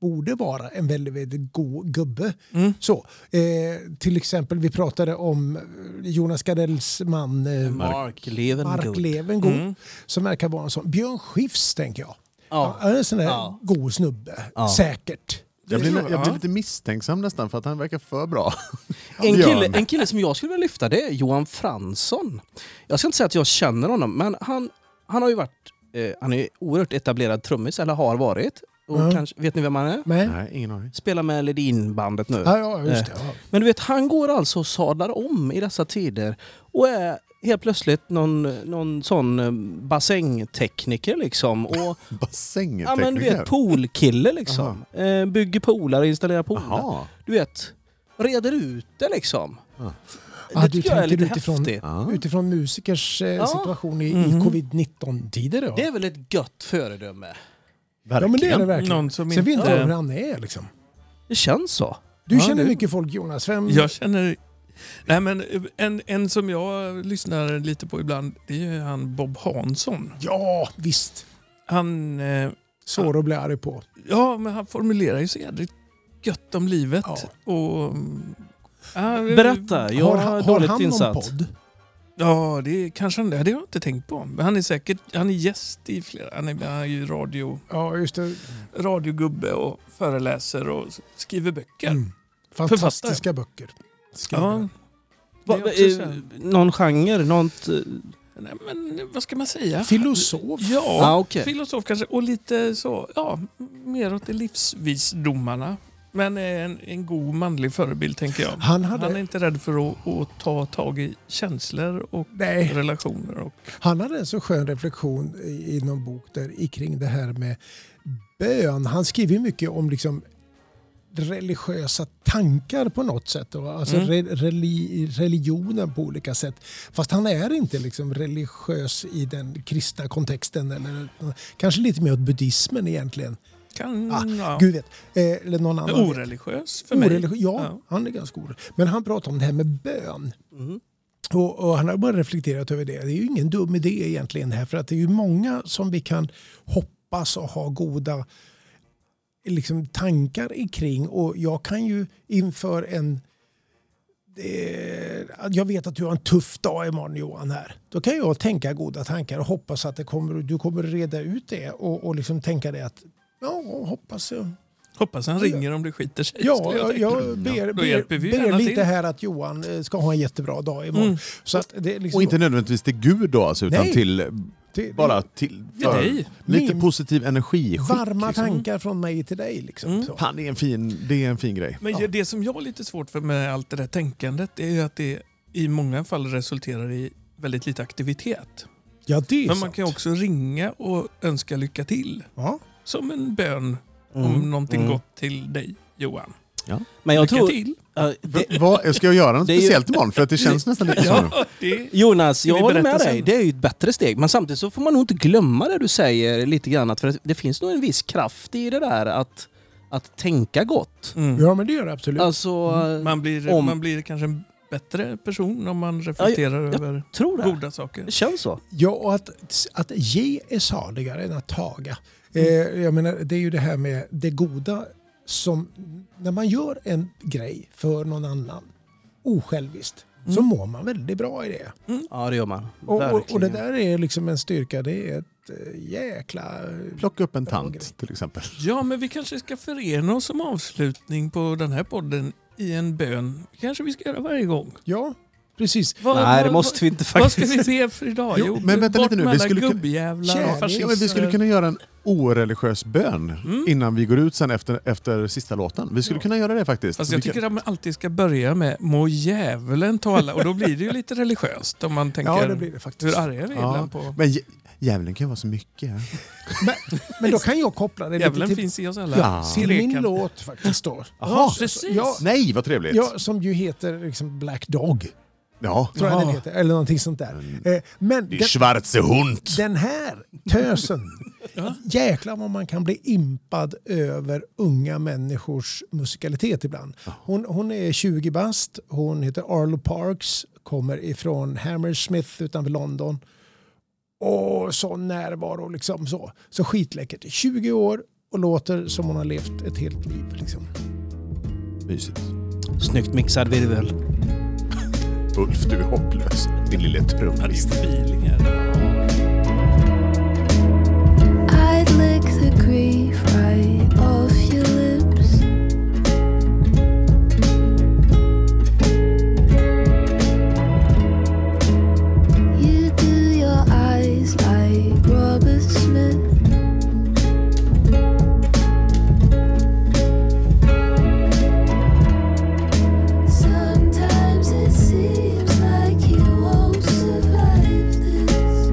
[SPEAKER 4] borde vara en väldigt, väldigt god gubbe.
[SPEAKER 3] Mm.
[SPEAKER 4] Så, eh, till exempel, vi pratade om eh, Jonas Gardells man eh,
[SPEAKER 1] Mark
[SPEAKER 4] Mark
[SPEAKER 1] Levengood.
[SPEAKER 4] Levengood
[SPEAKER 1] Mm.
[SPEAKER 4] som verkar vara en sån. Björn Skifs tänker jag.
[SPEAKER 1] Ja.
[SPEAKER 4] Han är en sån där
[SPEAKER 1] Ja.
[SPEAKER 4] god snubbe,
[SPEAKER 1] Ja.
[SPEAKER 4] säkert.
[SPEAKER 2] Jag blir, jag blir
[SPEAKER 3] Ja.
[SPEAKER 2] lite misstänksam nästan för att han verkar för bra.
[SPEAKER 1] En
[SPEAKER 2] Björn.
[SPEAKER 1] kille, en kille som jag skulle vilja lyfta det är Johan Fransson. Jag ska inte säga att jag känner honom, men han, han har ju varit eh, han är ju oerhört etablerad trummis, eller har varit. Och
[SPEAKER 4] Ja.
[SPEAKER 1] kanske, vet ni vem han är?
[SPEAKER 4] Men,
[SPEAKER 2] Nej, ingen aning.
[SPEAKER 1] Spelar med Ledin-bandet nu.
[SPEAKER 4] ja, ja, just det. Ja.
[SPEAKER 1] Men du vet, han går alltså och sadlar om i dessa tider och är helt plötsligt någon, någon sån eh, bassängtekniker liksom. Och, ja,
[SPEAKER 2] Bassängetekniker.
[SPEAKER 1] men du vet, poolkille liksom. Eh, bygger poolar och installerar poolar.
[SPEAKER 2] Jaha.
[SPEAKER 1] Du vet, reder ut det liksom.
[SPEAKER 4] Ja,
[SPEAKER 3] Ah,
[SPEAKER 1] Det
[SPEAKER 4] du
[SPEAKER 1] tycker jag är
[SPEAKER 4] tänker
[SPEAKER 1] lite
[SPEAKER 4] utifrån-
[SPEAKER 1] häftigt.
[SPEAKER 2] Ah.
[SPEAKER 4] Utifrån musikers eh,
[SPEAKER 1] Ja. Mm.
[SPEAKER 4] situation i, i
[SPEAKER 3] Mhm.
[SPEAKER 4] covid-19-tider. Ja.
[SPEAKER 1] Det är väl ett gött föredöme?
[SPEAKER 4] ja, men det är det verkligen.
[SPEAKER 3] Någon som
[SPEAKER 4] Sen vet inte vem
[SPEAKER 3] inte...
[SPEAKER 4] han är liksom.
[SPEAKER 1] Det känns så.
[SPEAKER 4] Du
[SPEAKER 3] Ja,
[SPEAKER 4] känner
[SPEAKER 3] det-
[SPEAKER 4] mycket folk Jonas. Vem...
[SPEAKER 1] Mm.
[SPEAKER 3] Jag känner... Nej, men en, en som jag lyssnar lite på ibland, det är ju han Bob Hansson.
[SPEAKER 4] Ja, visst.
[SPEAKER 3] Han... Eh,
[SPEAKER 4] Svår att bli arg på.
[SPEAKER 3] Ja, men han formulerar ju så jädrigt gött om livet.
[SPEAKER 4] Ja.
[SPEAKER 3] Och, mm, ja,
[SPEAKER 1] Eh, Berätta, jag
[SPEAKER 4] har,
[SPEAKER 1] har,
[SPEAKER 4] han- har
[SPEAKER 1] dåligt
[SPEAKER 4] han någon
[SPEAKER 1] insatt.
[SPEAKER 4] podd?
[SPEAKER 3] Ja, det kanske han det hade jag inte tänkt på. Men han är säkert han är gäst i flera. Han är, han är ju radio,
[SPEAKER 4] Ja, just det.
[SPEAKER 3] radiogubbe och föreläser och skriver böcker.
[SPEAKER 4] Mm. Fantastiska böcker. skriver
[SPEAKER 3] Ja.
[SPEAKER 4] han.
[SPEAKER 3] Det
[SPEAKER 1] Va,
[SPEAKER 3] är också så
[SPEAKER 1] eh,
[SPEAKER 3] här-
[SPEAKER 1] någon genre? Något, eh,
[SPEAKER 3] Nej, men vad ska man säga?
[SPEAKER 4] Filosof.
[SPEAKER 3] Ja,
[SPEAKER 1] Ah, okej.
[SPEAKER 3] filosof kanske. Och lite så, ja, mer åt det livsvisdomarna. Men är en, en god manlig förebild tänker jag.
[SPEAKER 4] Han hade,
[SPEAKER 3] Han är inte rädd för att, att ta tag i känslor och
[SPEAKER 4] nej,
[SPEAKER 3] relationer. Och,
[SPEAKER 4] han hade en så skön reflektion i, i någon bok där i kring det här med bön. Han skriver ju mycket om liksom religiösa tankar på något sätt. Och alltså re, reli, religionen på olika sätt. Fast han är inte liksom religiös i den kristna kontexten. Eller, kanske lite mer åt buddhismen egentligen.
[SPEAKER 3] Kan,
[SPEAKER 4] Ah,
[SPEAKER 3] Mm, ja.
[SPEAKER 4] Gud vet. Eh, eller någon annan. vet.
[SPEAKER 3] Oreligiös för mig.
[SPEAKER 4] Oreligi- Ja, han är ganska oreligiös. Men han pratar om det här med bön.
[SPEAKER 3] Mm-hmm.
[SPEAKER 4] Och, och han har bara reflekterat över det. Det är ju ingen dum idé egentligen det här. För att det är ju många som vi kan hoppas och ha goda liksom, tankar kring. Och jag kan ju inför en... Eh, jag vet att du har en tuff dag imorgon Johan här. Då kan jag tänka goda tankar och hoppas att det kommer, du kommer reda ut det. Och, och liksom tänka det att ja, hoppas jag
[SPEAKER 3] Hoppas han ringer om det skiter sig.
[SPEAKER 4] Ja,
[SPEAKER 3] skulle
[SPEAKER 4] jag,
[SPEAKER 3] tänka.
[SPEAKER 4] jag ber,
[SPEAKER 3] Då hjälper
[SPEAKER 4] ber,
[SPEAKER 3] vi
[SPEAKER 4] ber
[SPEAKER 3] gärna
[SPEAKER 4] lite
[SPEAKER 3] till.
[SPEAKER 4] här att Johan eh, ska ha en jättebra dag imorgon.
[SPEAKER 3] Mm.
[SPEAKER 4] Så att det är liksom,
[SPEAKER 2] Och inte nödvändigtvis till Gud då alltså, utan
[SPEAKER 4] Nej.
[SPEAKER 2] till
[SPEAKER 4] det-
[SPEAKER 2] bara till,
[SPEAKER 3] Till
[SPEAKER 2] för-
[SPEAKER 3] dig.
[SPEAKER 2] lite
[SPEAKER 4] Min-
[SPEAKER 2] positiv energi.
[SPEAKER 4] varma
[SPEAKER 2] liksom.
[SPEAKER 4] tankar från mig till dig. Liksom.
[SPEAKER 3] Mm.
[SPEAKER 4] Så.
[SPEAKER 2] Fan, det är en fin, det är en fin grej.
[SPEAKER 3] Men det som jag har lite svårt för med allt det där tänkandet är ju att det i många fall resulterar i väldigt lite aktivitet.
[SPEAKER 4] Ja, det är
[SPEAKER 3] Men man
[SPEAKER 4] sant.
[SPEAKER 3] kan ju också ringa och önska lycka till.
[SPEAKER 4] Ja.
[SPEAKER 3] Som en bön om någonting gott till dig Johan.
[SPEAKER 1] Men jag
[SPEAKER 3] Lycka
[SPEAKER 1] tror...
[SPEAKER 3] till!
[SPEAKER 1] Ja, det,
[SPEAKER 2] Vad, ska jag göra något
[SPEAKER 1] Det är ju-
[SPEAKER 2] speciellt imorgon? För att det känns nästan lite så. nu.
[SPEAKER 3] Det,
[SPEAKER 1] Jonas, jag
[SPEAKER 3] vi
[SPEAKER 1] håller med
[SPEAKER 3] berätta
[SPEAKER 1] dig.
[SPEAKER 3] sen?
[SPEAKER 1] Det är ju ett bättre steg. Men samtidigt så får man nog inte glömma det du säger lite grann. att- För att det finns nog en viss kraft i det där att, att tänka gott.
[SPEAKER 3] mm.
[SPEAKER 4] ja, men det gör det absolut.
[SPEAKER 1] Alltså,
[SPEAKER 3] man, blir,
[SPEAKER 1] Om-
[SPEAKER 3] man blir kanske en bättre person om man reflekterar över
[SPEAKER 1] tror det.
[SPEAKER 3] goda saker.
[SPEAKER 1] Det känns så.
[SPEAKER 4] Ja, och att, att ge är saligare än att taga. Eh, jag menar, det är ju det här med det goda som när man gör en grej för någon annan osjälviskt så
[SPEAKER 3] Mm.
[SPEAKER 4] mår man väldigt bra i det.
[SPEAKER 1] Ja, det gör man.
[SPEAKER 4] Och, och, och det
[SPEAKER 1] Verkligen.
[SPEAKER 4] där är liksom en styrka. Det är ett eh, jäkla...
[SPEAKER 2] Plocka upp en
[SPEAKER 4] grej.
[SPEAKER 2] tant till exempel.
[SPEAKER 3] Ja, men vi kanske ska förena oss som avslutning på den här podden i en bön. kanske vi ska göra varje gång.
[SPEAKER 4] Ja, precis.
[SPEAKER 3] Vad-
[SPEAKER 1] Nej, det
[SPEAKER 3] vad-
[SPEAKER 1] måste vi inte
[SPEAKER 3] Vad ska
[SPEAKER 1] faktiskt.
[SPEAKER 3] vi be för idag?
[SPEAKER 2] Jo, men vänta
[SPEAKER 3] bort
[SPEAKER 2] lite nu,
[SPEAKER 3] med
[SPEAKER 2] vi
[SPEAKER 3] alla
[SPEAKER 2] skulle kunna-
[SPEAKER 3] gubbjävlar
[SPEAKER 4] Tjänar-
[SPEAKER 3] och
[SPEAKER 2] Ja,
[SPEAKER 3] fascister.
[SPEAKER 2] men vi skulle kunna göra en oreligiös bön innan vi går ut sen efter, efter sista låten. Vi skulle kunna göra det faktiskt.
[SPEAKER 3] Fast
[SPEAKER 2] Vi
[SPEAKER 3] Alltså,
[SPEAKER 2] kan-
[SPEAKER 3] jag tycker att man alltid ska börja med må djävulen ta alla och då blir det ju lite religiöst om man tänker
[SPEAKER 4] Ja, det blir det faktiskt.
[SPEAKER 3] hur arga vi är
[SPEAKER 2] ja.
[SPEAKER 3] ibland på...
[SPEAKER 2] Men djä- djävulen kan ju vara så mycket.
[SPEAKER 4] Men då kan jag koppla det lite
[SPEAKER 3] Djävulen
[SPEAKER 4] till,
[SPEAKER 3] finns i oss alla.
[SPEAKER 2] Ja.
[SPEAKER 4] till min
[SPEAKER 3] Tvekan.
[SPEAKER 4] låt faktiskt. Då.
[SPEAKER 3] Ja, precis.
[SPEAKER 4] Ja,
[SPEAKER 2] Nej, vad trevligt!
[SPEAKER 4] ja, som ju heter liksom Black Dog.
[SPEAKER 2] Ja.
[SPEAKER 4] Tror jag
[SPEAKER 3] Ja.
[SPEAKER 4] den heter, eller någonting sånt
[SPEAKER 3] Mm.
[SPEAKER 4] där. Eh, Men
[SPEAKER 2] Det
[SPEAKER 4] den,
[SPEAKER 2] är schwarze Hund!
[SPEAKER 4] den här tösen. Jäklar vad man kan bli impad över unga människors musikalitet ibland. Hon, hon är 20 bast, hon heter Arlo Parks, kommer ifrån Hammersmith utanför London. Och så närvaro liksom så. Så skitläckert. 20 år och låter som hon har levt ett helt liv. Liksom.
[SPEAKER 2] Mysigt.
[SPEAKER 1] Snyggt mixad virvel.
[SPEAKER 2] Ulf, du är hopplös. Din lille trummis.
[SPEAKER 8] I'd lick the grief right off your lips. You do your eyes like Robert Smith. Sometimes it seems like you won't survive this.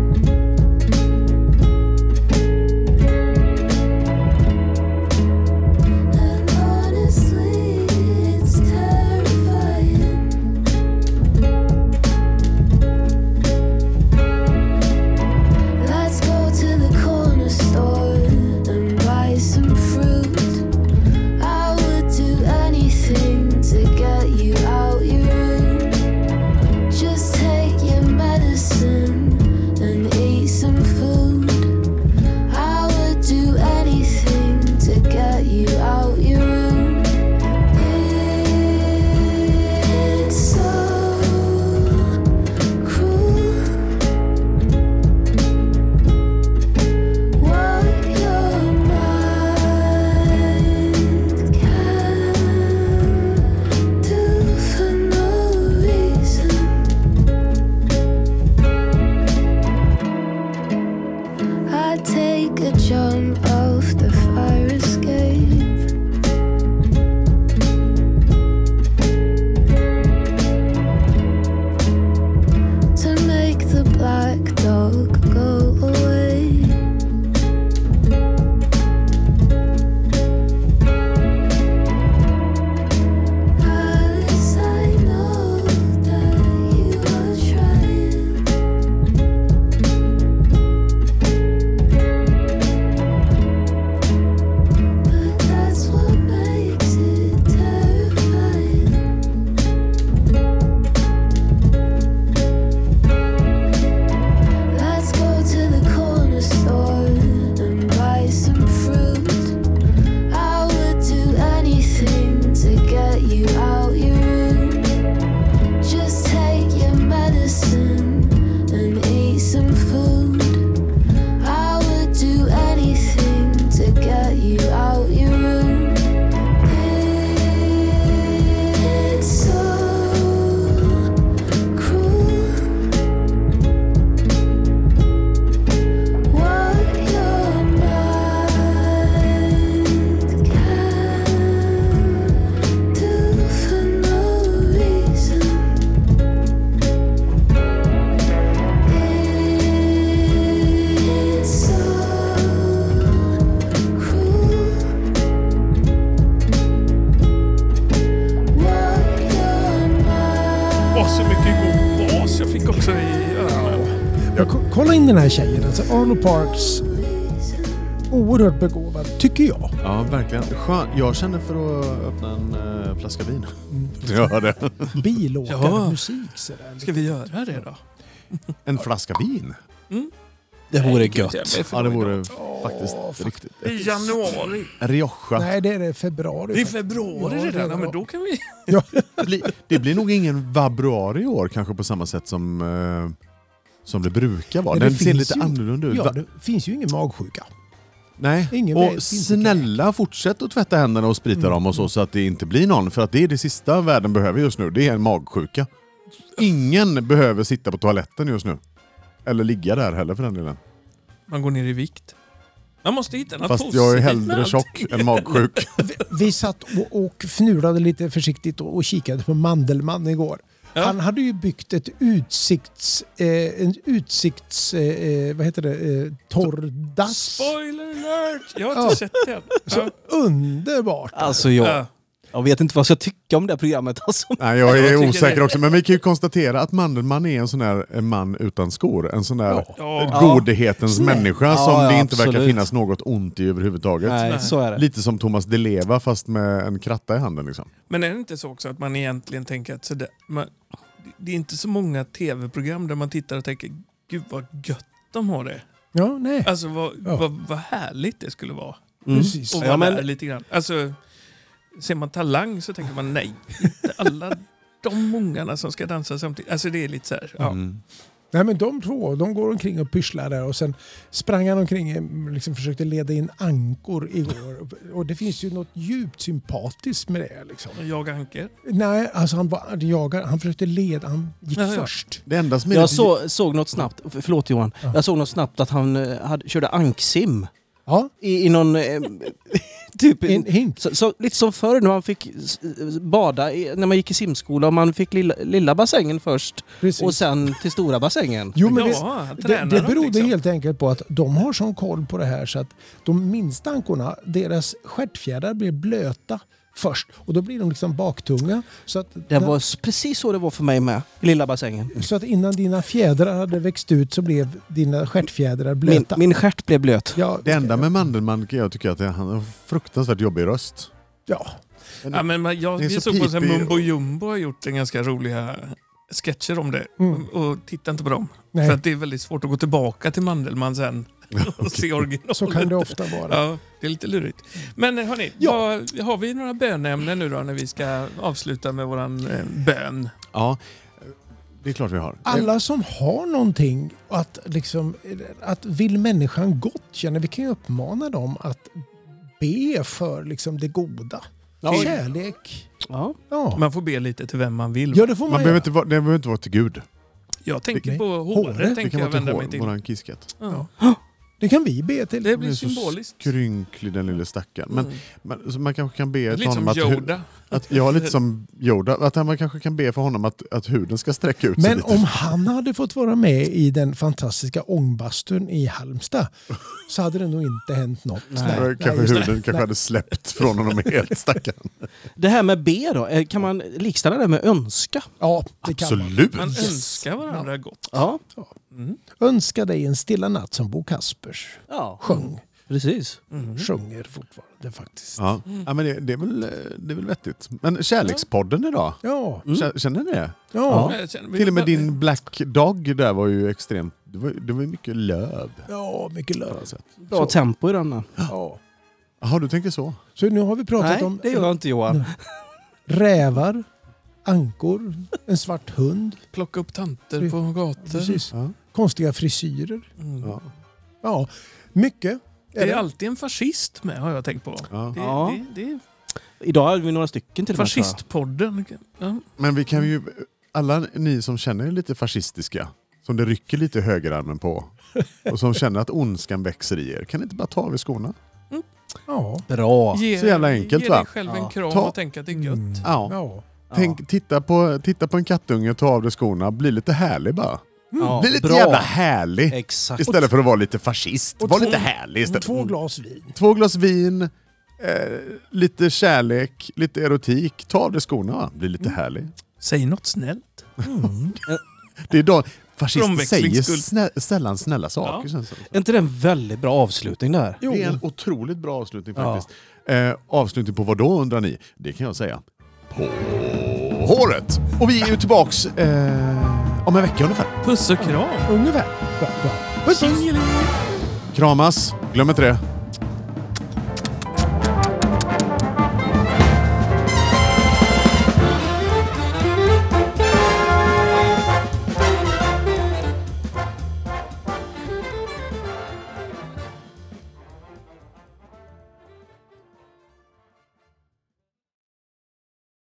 [SPEAKER 3] var så mycket god bas jag fick också i öronen.
[SPEAKER 4] Jag, ko- kolla in den här tjejen. Alltså Arlo Parks. Oerhört begåvad, tycker jag.
[SPEAKER 2] Ja, verkligen. Skön. Jag känner för att öppna en eh, flaska vin. Ja, det.
[SPEAKER 4] Bilåkarmusik sådär.
[SPEAKER 3] Ska vi göra det då?
[SPEAKER 2] En flaska vin?
[SPEAKER 1] Det vore gött.
[SPEAKER 2] Ja, det vore faktiskt riktigt.
[SPEAKER 3] I januari.
[SPEAKER 2] Rioja.
[SPEAKER 4] Nej, det är det februari.
[SPEAKER 3] Det är
[SPEAKER 4] faktiskt.
[SPEAKER 3] februari
[SPEAKER 4] Ja, det
[SPEAKER 3] redan.
[SPEAKER 4] är
[SPEAKER 3] Ja, men då kan vi...
[SPEAKER 2] Det blir- Det blir nog ingen vabruari i år kanske på samma sätt som, eh, som det brukar vara.
[SPEAKER 4] Men det
[SPEAKER 2] Den ser
[SPEAKER 4] finns
[SPEAKER 2] lite
[SPEAKER 4] ju-
[SPEAKER 2] annorlunda ut.
[SPEAKER 4] Ja,
[SPEAKER 2] Va-
[SPEAKER 4] det finns ju ingen magsjuka.
[SPEAKER 2] Nej.
[SPEAKER 4] ingen vet-
[SPEAKER 2] och
[SPEAKER 4] inte Mm.
[SPEAKER 2] snälla fortsätt att tvätta händerna och sprita dem och så, så att det inte blir någon. För att det är det sista världen behöver just nu. Det är en magsjuka. Ingen behöver sitta på toaletten just nu. Eller ligga där heller för den delen.
[SPEAKER 3] Man går ner i vikt. Man måste hitta något
[SPEAKER 2] Fast jag är
[SPEAKER 3] positivt med
[SPEAKER 2] hellre
[SPEAKER 3] allting.
[SPEAKER 2] tjock än magsjuk.
[SPEAKER 4] Vi satt och, och fnulade lite försiktigt och, och kikade på Mandelmann igår.
[SPEAKER 3] Ja.
[SPEAKER 4] Han hade ju byggt ett utsikts... Eh, en utsikts... Eh, eh, vad heter det? Eh, torrdass.
[SPEAKER 3] Spoiler alert! Jag har inte sett den. Ja.
[SPEAKER 4] Underbart!
[SPEAKER 1] Alltså jag,
[SPEAKER 3] Ja.
[SPEAKER 1] jag vet inte vad jag ska tycka om det här programmet. Alltså.
[SPEAKER 2] Nej, jag
[SPEAKER 3] Jag
[SPEAKER 2] är
[SPEAKER 3] tycker
[SPEAKER 2] osäker
[SPEAKER 3] det-
[SPEAKER 2] också. Men vi kan ju konstatera att Mandelmann är en sån där eh, man utan skor. En sån där
[SPEAKER 3] Ja.
[SPEAKER 2] godhetens
[SPEAKER 1] Snäll.
[SPEAKER 2] människa
[SPEAKER 1] Ja,
[SPEAKER 2] som det
[SPEAKER 1] ja,
[SPEAKER 2] inte verkar
[SPEAKER 1] absolut.
[SPEAKER 2] finnas något ont i överhuvudtaget.
[SPEAKER 1] Nej, så är det.
[SPEAKER 2] Lite som Thomas Di Leva fast med en kratta i handen. Liksom.
[SPEAKER 3] Men är det inte så också att man egentligen tänker att sådär, man, det är inte så många tv-program där man tittar och tänker gud vad gött de har det.
[SPEAKER 4] Ja, nej.
[SPEAKER 3] Alltså vad,
[SPEAKER 4] Ja.
[SPEAKER 3] vad, vad härligt det skulle vara.
[SPEAKER 4] Mm. Precis.
[SPEAKER 3] Och vara
[SPEAKER 1] Ja, men-
[SPEAKER 3] där lite grann. Alltså, ser man Talang så tänker man nej, inte alla de mångarna som ska dansa samtidigt. Alltså det är lite så här, ja.
[SPEAKER 1] Mm.
[SPEAKER 4] Nej, men de två de går omkring och pysslar där och sen sprang han omkring och liksom försökte leda in ankor igår. Och det finns ju något djupt sympatiskt med det. Liksom.
[SPEAKER 3] Jag och Anker.
[SPEAKER 4] Nej, alltså han var jagar, han försökte leda, han gick
[SPEAKER 3] Ja, ja.
[SPEAKER 4] först.
[SPEAKER 2] Det enda som är
[SPEAKER 1] Jag
[SPEAKER 2] lite-
[SPEAKER 1] så, såg något snabbt, f- förlåt Johan,
[SPEAKER 4] Ja.
[SPEAKER 1] jag såg något snabbt att han eh, hade, körde anksim
[SPEAKER 4] Ja,
[SPEAKER 1] i, i någon... Eh, typ,
[SPEAKER 4] en hink.
[SPEAKER 1] så, så, lite som förr när man fick s- bada i, när man gick i simskola och man fick lilla, lilla bassängen först
[SPEAKER 4] Precis.
[SPEAKER 1] och sen till stora bassängen.
[SPEAKER 4] Jo, men visst,
[SPEAKER 3] ja, han
[SPEAKER 4] det,
[SPEAKER 3] tränar
[SPEAKER 4] det
[SPEAKER 3] dem
[SPEAKER 4] berodde
[SPEAKER 3] liksom.
[SPEAKER 4] helt enkelt på att de har sån koll på det här så att de minsta ankorna, deras stjärtfjädrar blir blöta först och då blir de liksom baktunga. Så att,
[SPEAKER 1] Det var s- precis så det var för mig med, i lilla bassängen.
[SPEAKER 4] så att innan dina fjädrar hade växt ut så blev dina stjärtfjädrar
[SPEAKER 1] Min,
[SPEAKER 4] blöta.
[SPEAKER 1] min stjärt blev blöt.
[SPEAKER 4] ja,
[SPEAKER 2] Det enda med Mandelmann kan jag tycka att det- han har en fruktansvärt jobbig röst.
[SPEAKER 4] ja.
[SPEAKER 3] Ja, men man- jag,
[SPEAKER 2] Det är
[SPEAKER 3] vi
[SPEAKER 2] så
[SPEAKER 3] såg på så här
[SPEAKER 2] pipig
[SPEAKER 3] Mumbo Jumbo har gjort en ganska roliga sketcher om det.
[SPEAKER 4] Mm.
[SPEAKER 3] Och titta inte på dem.
[SPEAKER 4] Nej.
[SPEAKER 3] För att det är väldigt svårt att gå tillbaka till Mandelmann sen och se originalet.
[SPEAKER 4] Så kan det ofta vara.
[SPEAKER 3] Ja, det är lite lurigt. Men eh, hörni,
[SPEAKER 4] Ja.
[SPEAKER 3] vad, har vi några bönämnen nu då när vi ska avsluta med våran eh, bön?
[SPEAKER 2] Ja, det är klart vi har.
[SPEAKER 4] Alla som har någonting, och att, liksom, att vill människan gott känner, vi kan ju uppmana dem att be för liksom, det goda. Kärlek.
[SPEAKER 1] Ja.
[SPEAKER 4] Ja,
[SPEAKER 3] Man får be lite till vem man vill.
[SPEAKER 4] ja det får man,
[SPEAKER 2] Man behöver
[SPEAKER 4] göra.
[SPEAKER 2] inte vara, det behöver inte vara till Gud.
[SPEAKER 3] Jag
[SPEAKER 4] Nej.
[SPEAKER 3] tänker på
[SPEAKER 4] Håret, det
[SPEAKER 3] håret,
[SPEAKER 2] Det
[SPEAKER 3] tänker
[SPEAKER 2] kan
[SPEAKER 3] jag
[SPEAKER 2] vara till
[SPEAKER 3] vända mig
[SPEAKER 2] hår,
[SPEAKER 3] till.
[SPEAKER 2] våran kisskat.
[SPEAKER 3] Ja.
[SPEAKER 4] Det kan vi be till.
[SPEAKER 3] Det
[SPEAKER 2] Han
[SPEAKER 3] blir
[SPEAKER 2] är så
[SPEAKER 3] symboliskt.
[SPEAKER 2] skrynklig den lille stackaren. Men,
[SPEAKER 3] Mm.
[SPEAKER 2] men, så man kanske kan be till
[SPEAKER 3] Lite
[SPEAKER 2] honom
[SPEAKER 3] som
[SPEAKER 2] att... hu-
[SPEAKER 3] Yoda.
[SPEAKER 2] att ja, lite som Yoda. Att han- man kanske kan be för honom att, att huden ska sträcka ut sig
[SPEAKER 4] Men
[SPEAKER 2] lite.
[SPEAKER 4] om han hade fått vara med i den fantastiska ångbastun i Halmstad så hade det nog inte hänt något. Nej,
[SPEAKER 2] Då kanske
[SPEAKER 4] just det.
[SPEAKER 2] huden kanske
[SPEAKER 4] Nej.
[SPEAKER 2] hade släppt från honom helt, stackaren.
[SPEAKER 1] Det här med B då, eh, kan man likställa det med önska?
[SPEAKER 4] Ja, det kan man.
[SPEAKER 2] Absolut!
[SPEAKER 3] Man önskar varandra gott.
[SPEAKER 1] Ja,
[SPEAKER 4] Önska dig en stilla natt som Bo Kaspers
[SPEAKER 1] ja
[SPEAKER 4] sjöng.
[SPEAKER 1] precis.
[SPEAKER 4] Sjunger fortfarande faktiskt.
[SPEAKER 2] Ja. Ja, men det, det, är väl, eh, det är väl vettigt. Men Kärlekspodden idag?
[SPEAKER 4] Ja,
[SPEAKER 2] Kä- Känner ni det?
[SPEAKER 4] ja.
[SPEAKER 3] Jag känner-
[SPEAKER 2] Till och med din Black Dog där var ju extremt... Det var, det var ju mycket löv.
[SPEAKER 4] Ja, mycket löv.
[SPEAKER 1] Bra tempo i denna.
[SPEAKER 4] Ja.
[SPEAKER 2] Jaha, du tänker så?
[SPEAKER 4] Så nu har vi pratat
[SPEAKER 1] Nej,
[SPEAKER 4] om
[SPEAKER 1] det gör jag inte Johan.
[SPEAKER 4] rävar, ankor, en svart hund,
[SPEAKER 3] Plocka upp tanter på gator.
[SPEAKER 4] precis.
[SPEAKER 2] Ja.
[SPEAKER 4] konstiga frisyrer.
[SPEAKER 3] Mm.
[SPEAKER 2] Ja.
[SPEAKER 4] Ja, mycket.
[SPEAKER 3] Det är alltid en fascist med har jag tänkt på.
[SPEAKER 2] Ja.
[SPEAKER 3] Det,
[SPEAKER 1] Ja.
[SPEAKER 3] det, det är
[SPEAKER 1] Idag hade vi några stycken till och med, tror jag.
[SPEAKER 3] fascistpodden. Ja.
[SPEAKER 2] Men vi kan ju... Alla ni som känner er lite fascistiska, som det rycker lite högerarmen på och som känner att ondskan växer i er, kan ni inte bara ta av er skorna?
[SPEAKER 4] Ja.
[SPEAKER 1] Bra.
[SPEAKER 3] Ge,
[SPEAKER 2] Så jävla enkelt,
[SPEAKER 3] ge
[SPEAKER 2] va?
[SPEAKER 3] dig själv
[SPEAKER 1] Ja.
[SPEAKER 3] en kram
[SPEAKER 2] Ta-
[SPEAKER 3] och tänka att det är gött.
[SPEAKER 2] Ja.
[SPEAKER 4] ja.
[SPEAKER 2] Tänk, titta, på, titta på en kattunge, ta av dig skorna, bli lite härlig bara.
[SPEAKER 1] Ja,
[SPEAKER 2] Bli lite
[SPEAKER 1] bra.
[SPEAKER 2] jävla härlig!
[SPEAKER 1] Exakt.
[SPEAKER 2] Istället för att vara lite fascist.
[SPEAKER 4] Och
[SPEAKER 2] Var
[SPEAKER 4] två-
[SPEAKER 2] lite härlig istället.
[SPEAKER 4] Två glas vin.
[SPEAKER 2] Två glas vin, eh, lite kärlek, lite erotik. Ta av dig skorna, va? bli lite härlig.
[SPEAKER 3] Säg något snällt.
[SPEAKER 2] Det är då fascister säger
[SPEAKER 3] Omväxlings
[SPEAKER 2] snä, sällan snälla saker. känns det som.
[SPEAKER 1] Är inte det en väldigt bra avslutning där?
[SPEAKER 2] Det är en otroligt bra avslutning faktiskt. Eh, avslutning på vad då undrar ni? Det kan jag säga. På håret! Och vi är ju tillbaks eh, om en vecka ungefär.
[SPEAKER 3] Puss och kram.
[SPEAKER 4] Ungefär. Bra, bra. Puss, puss.
[SPEAKER 2] Kramas, glöm inte det.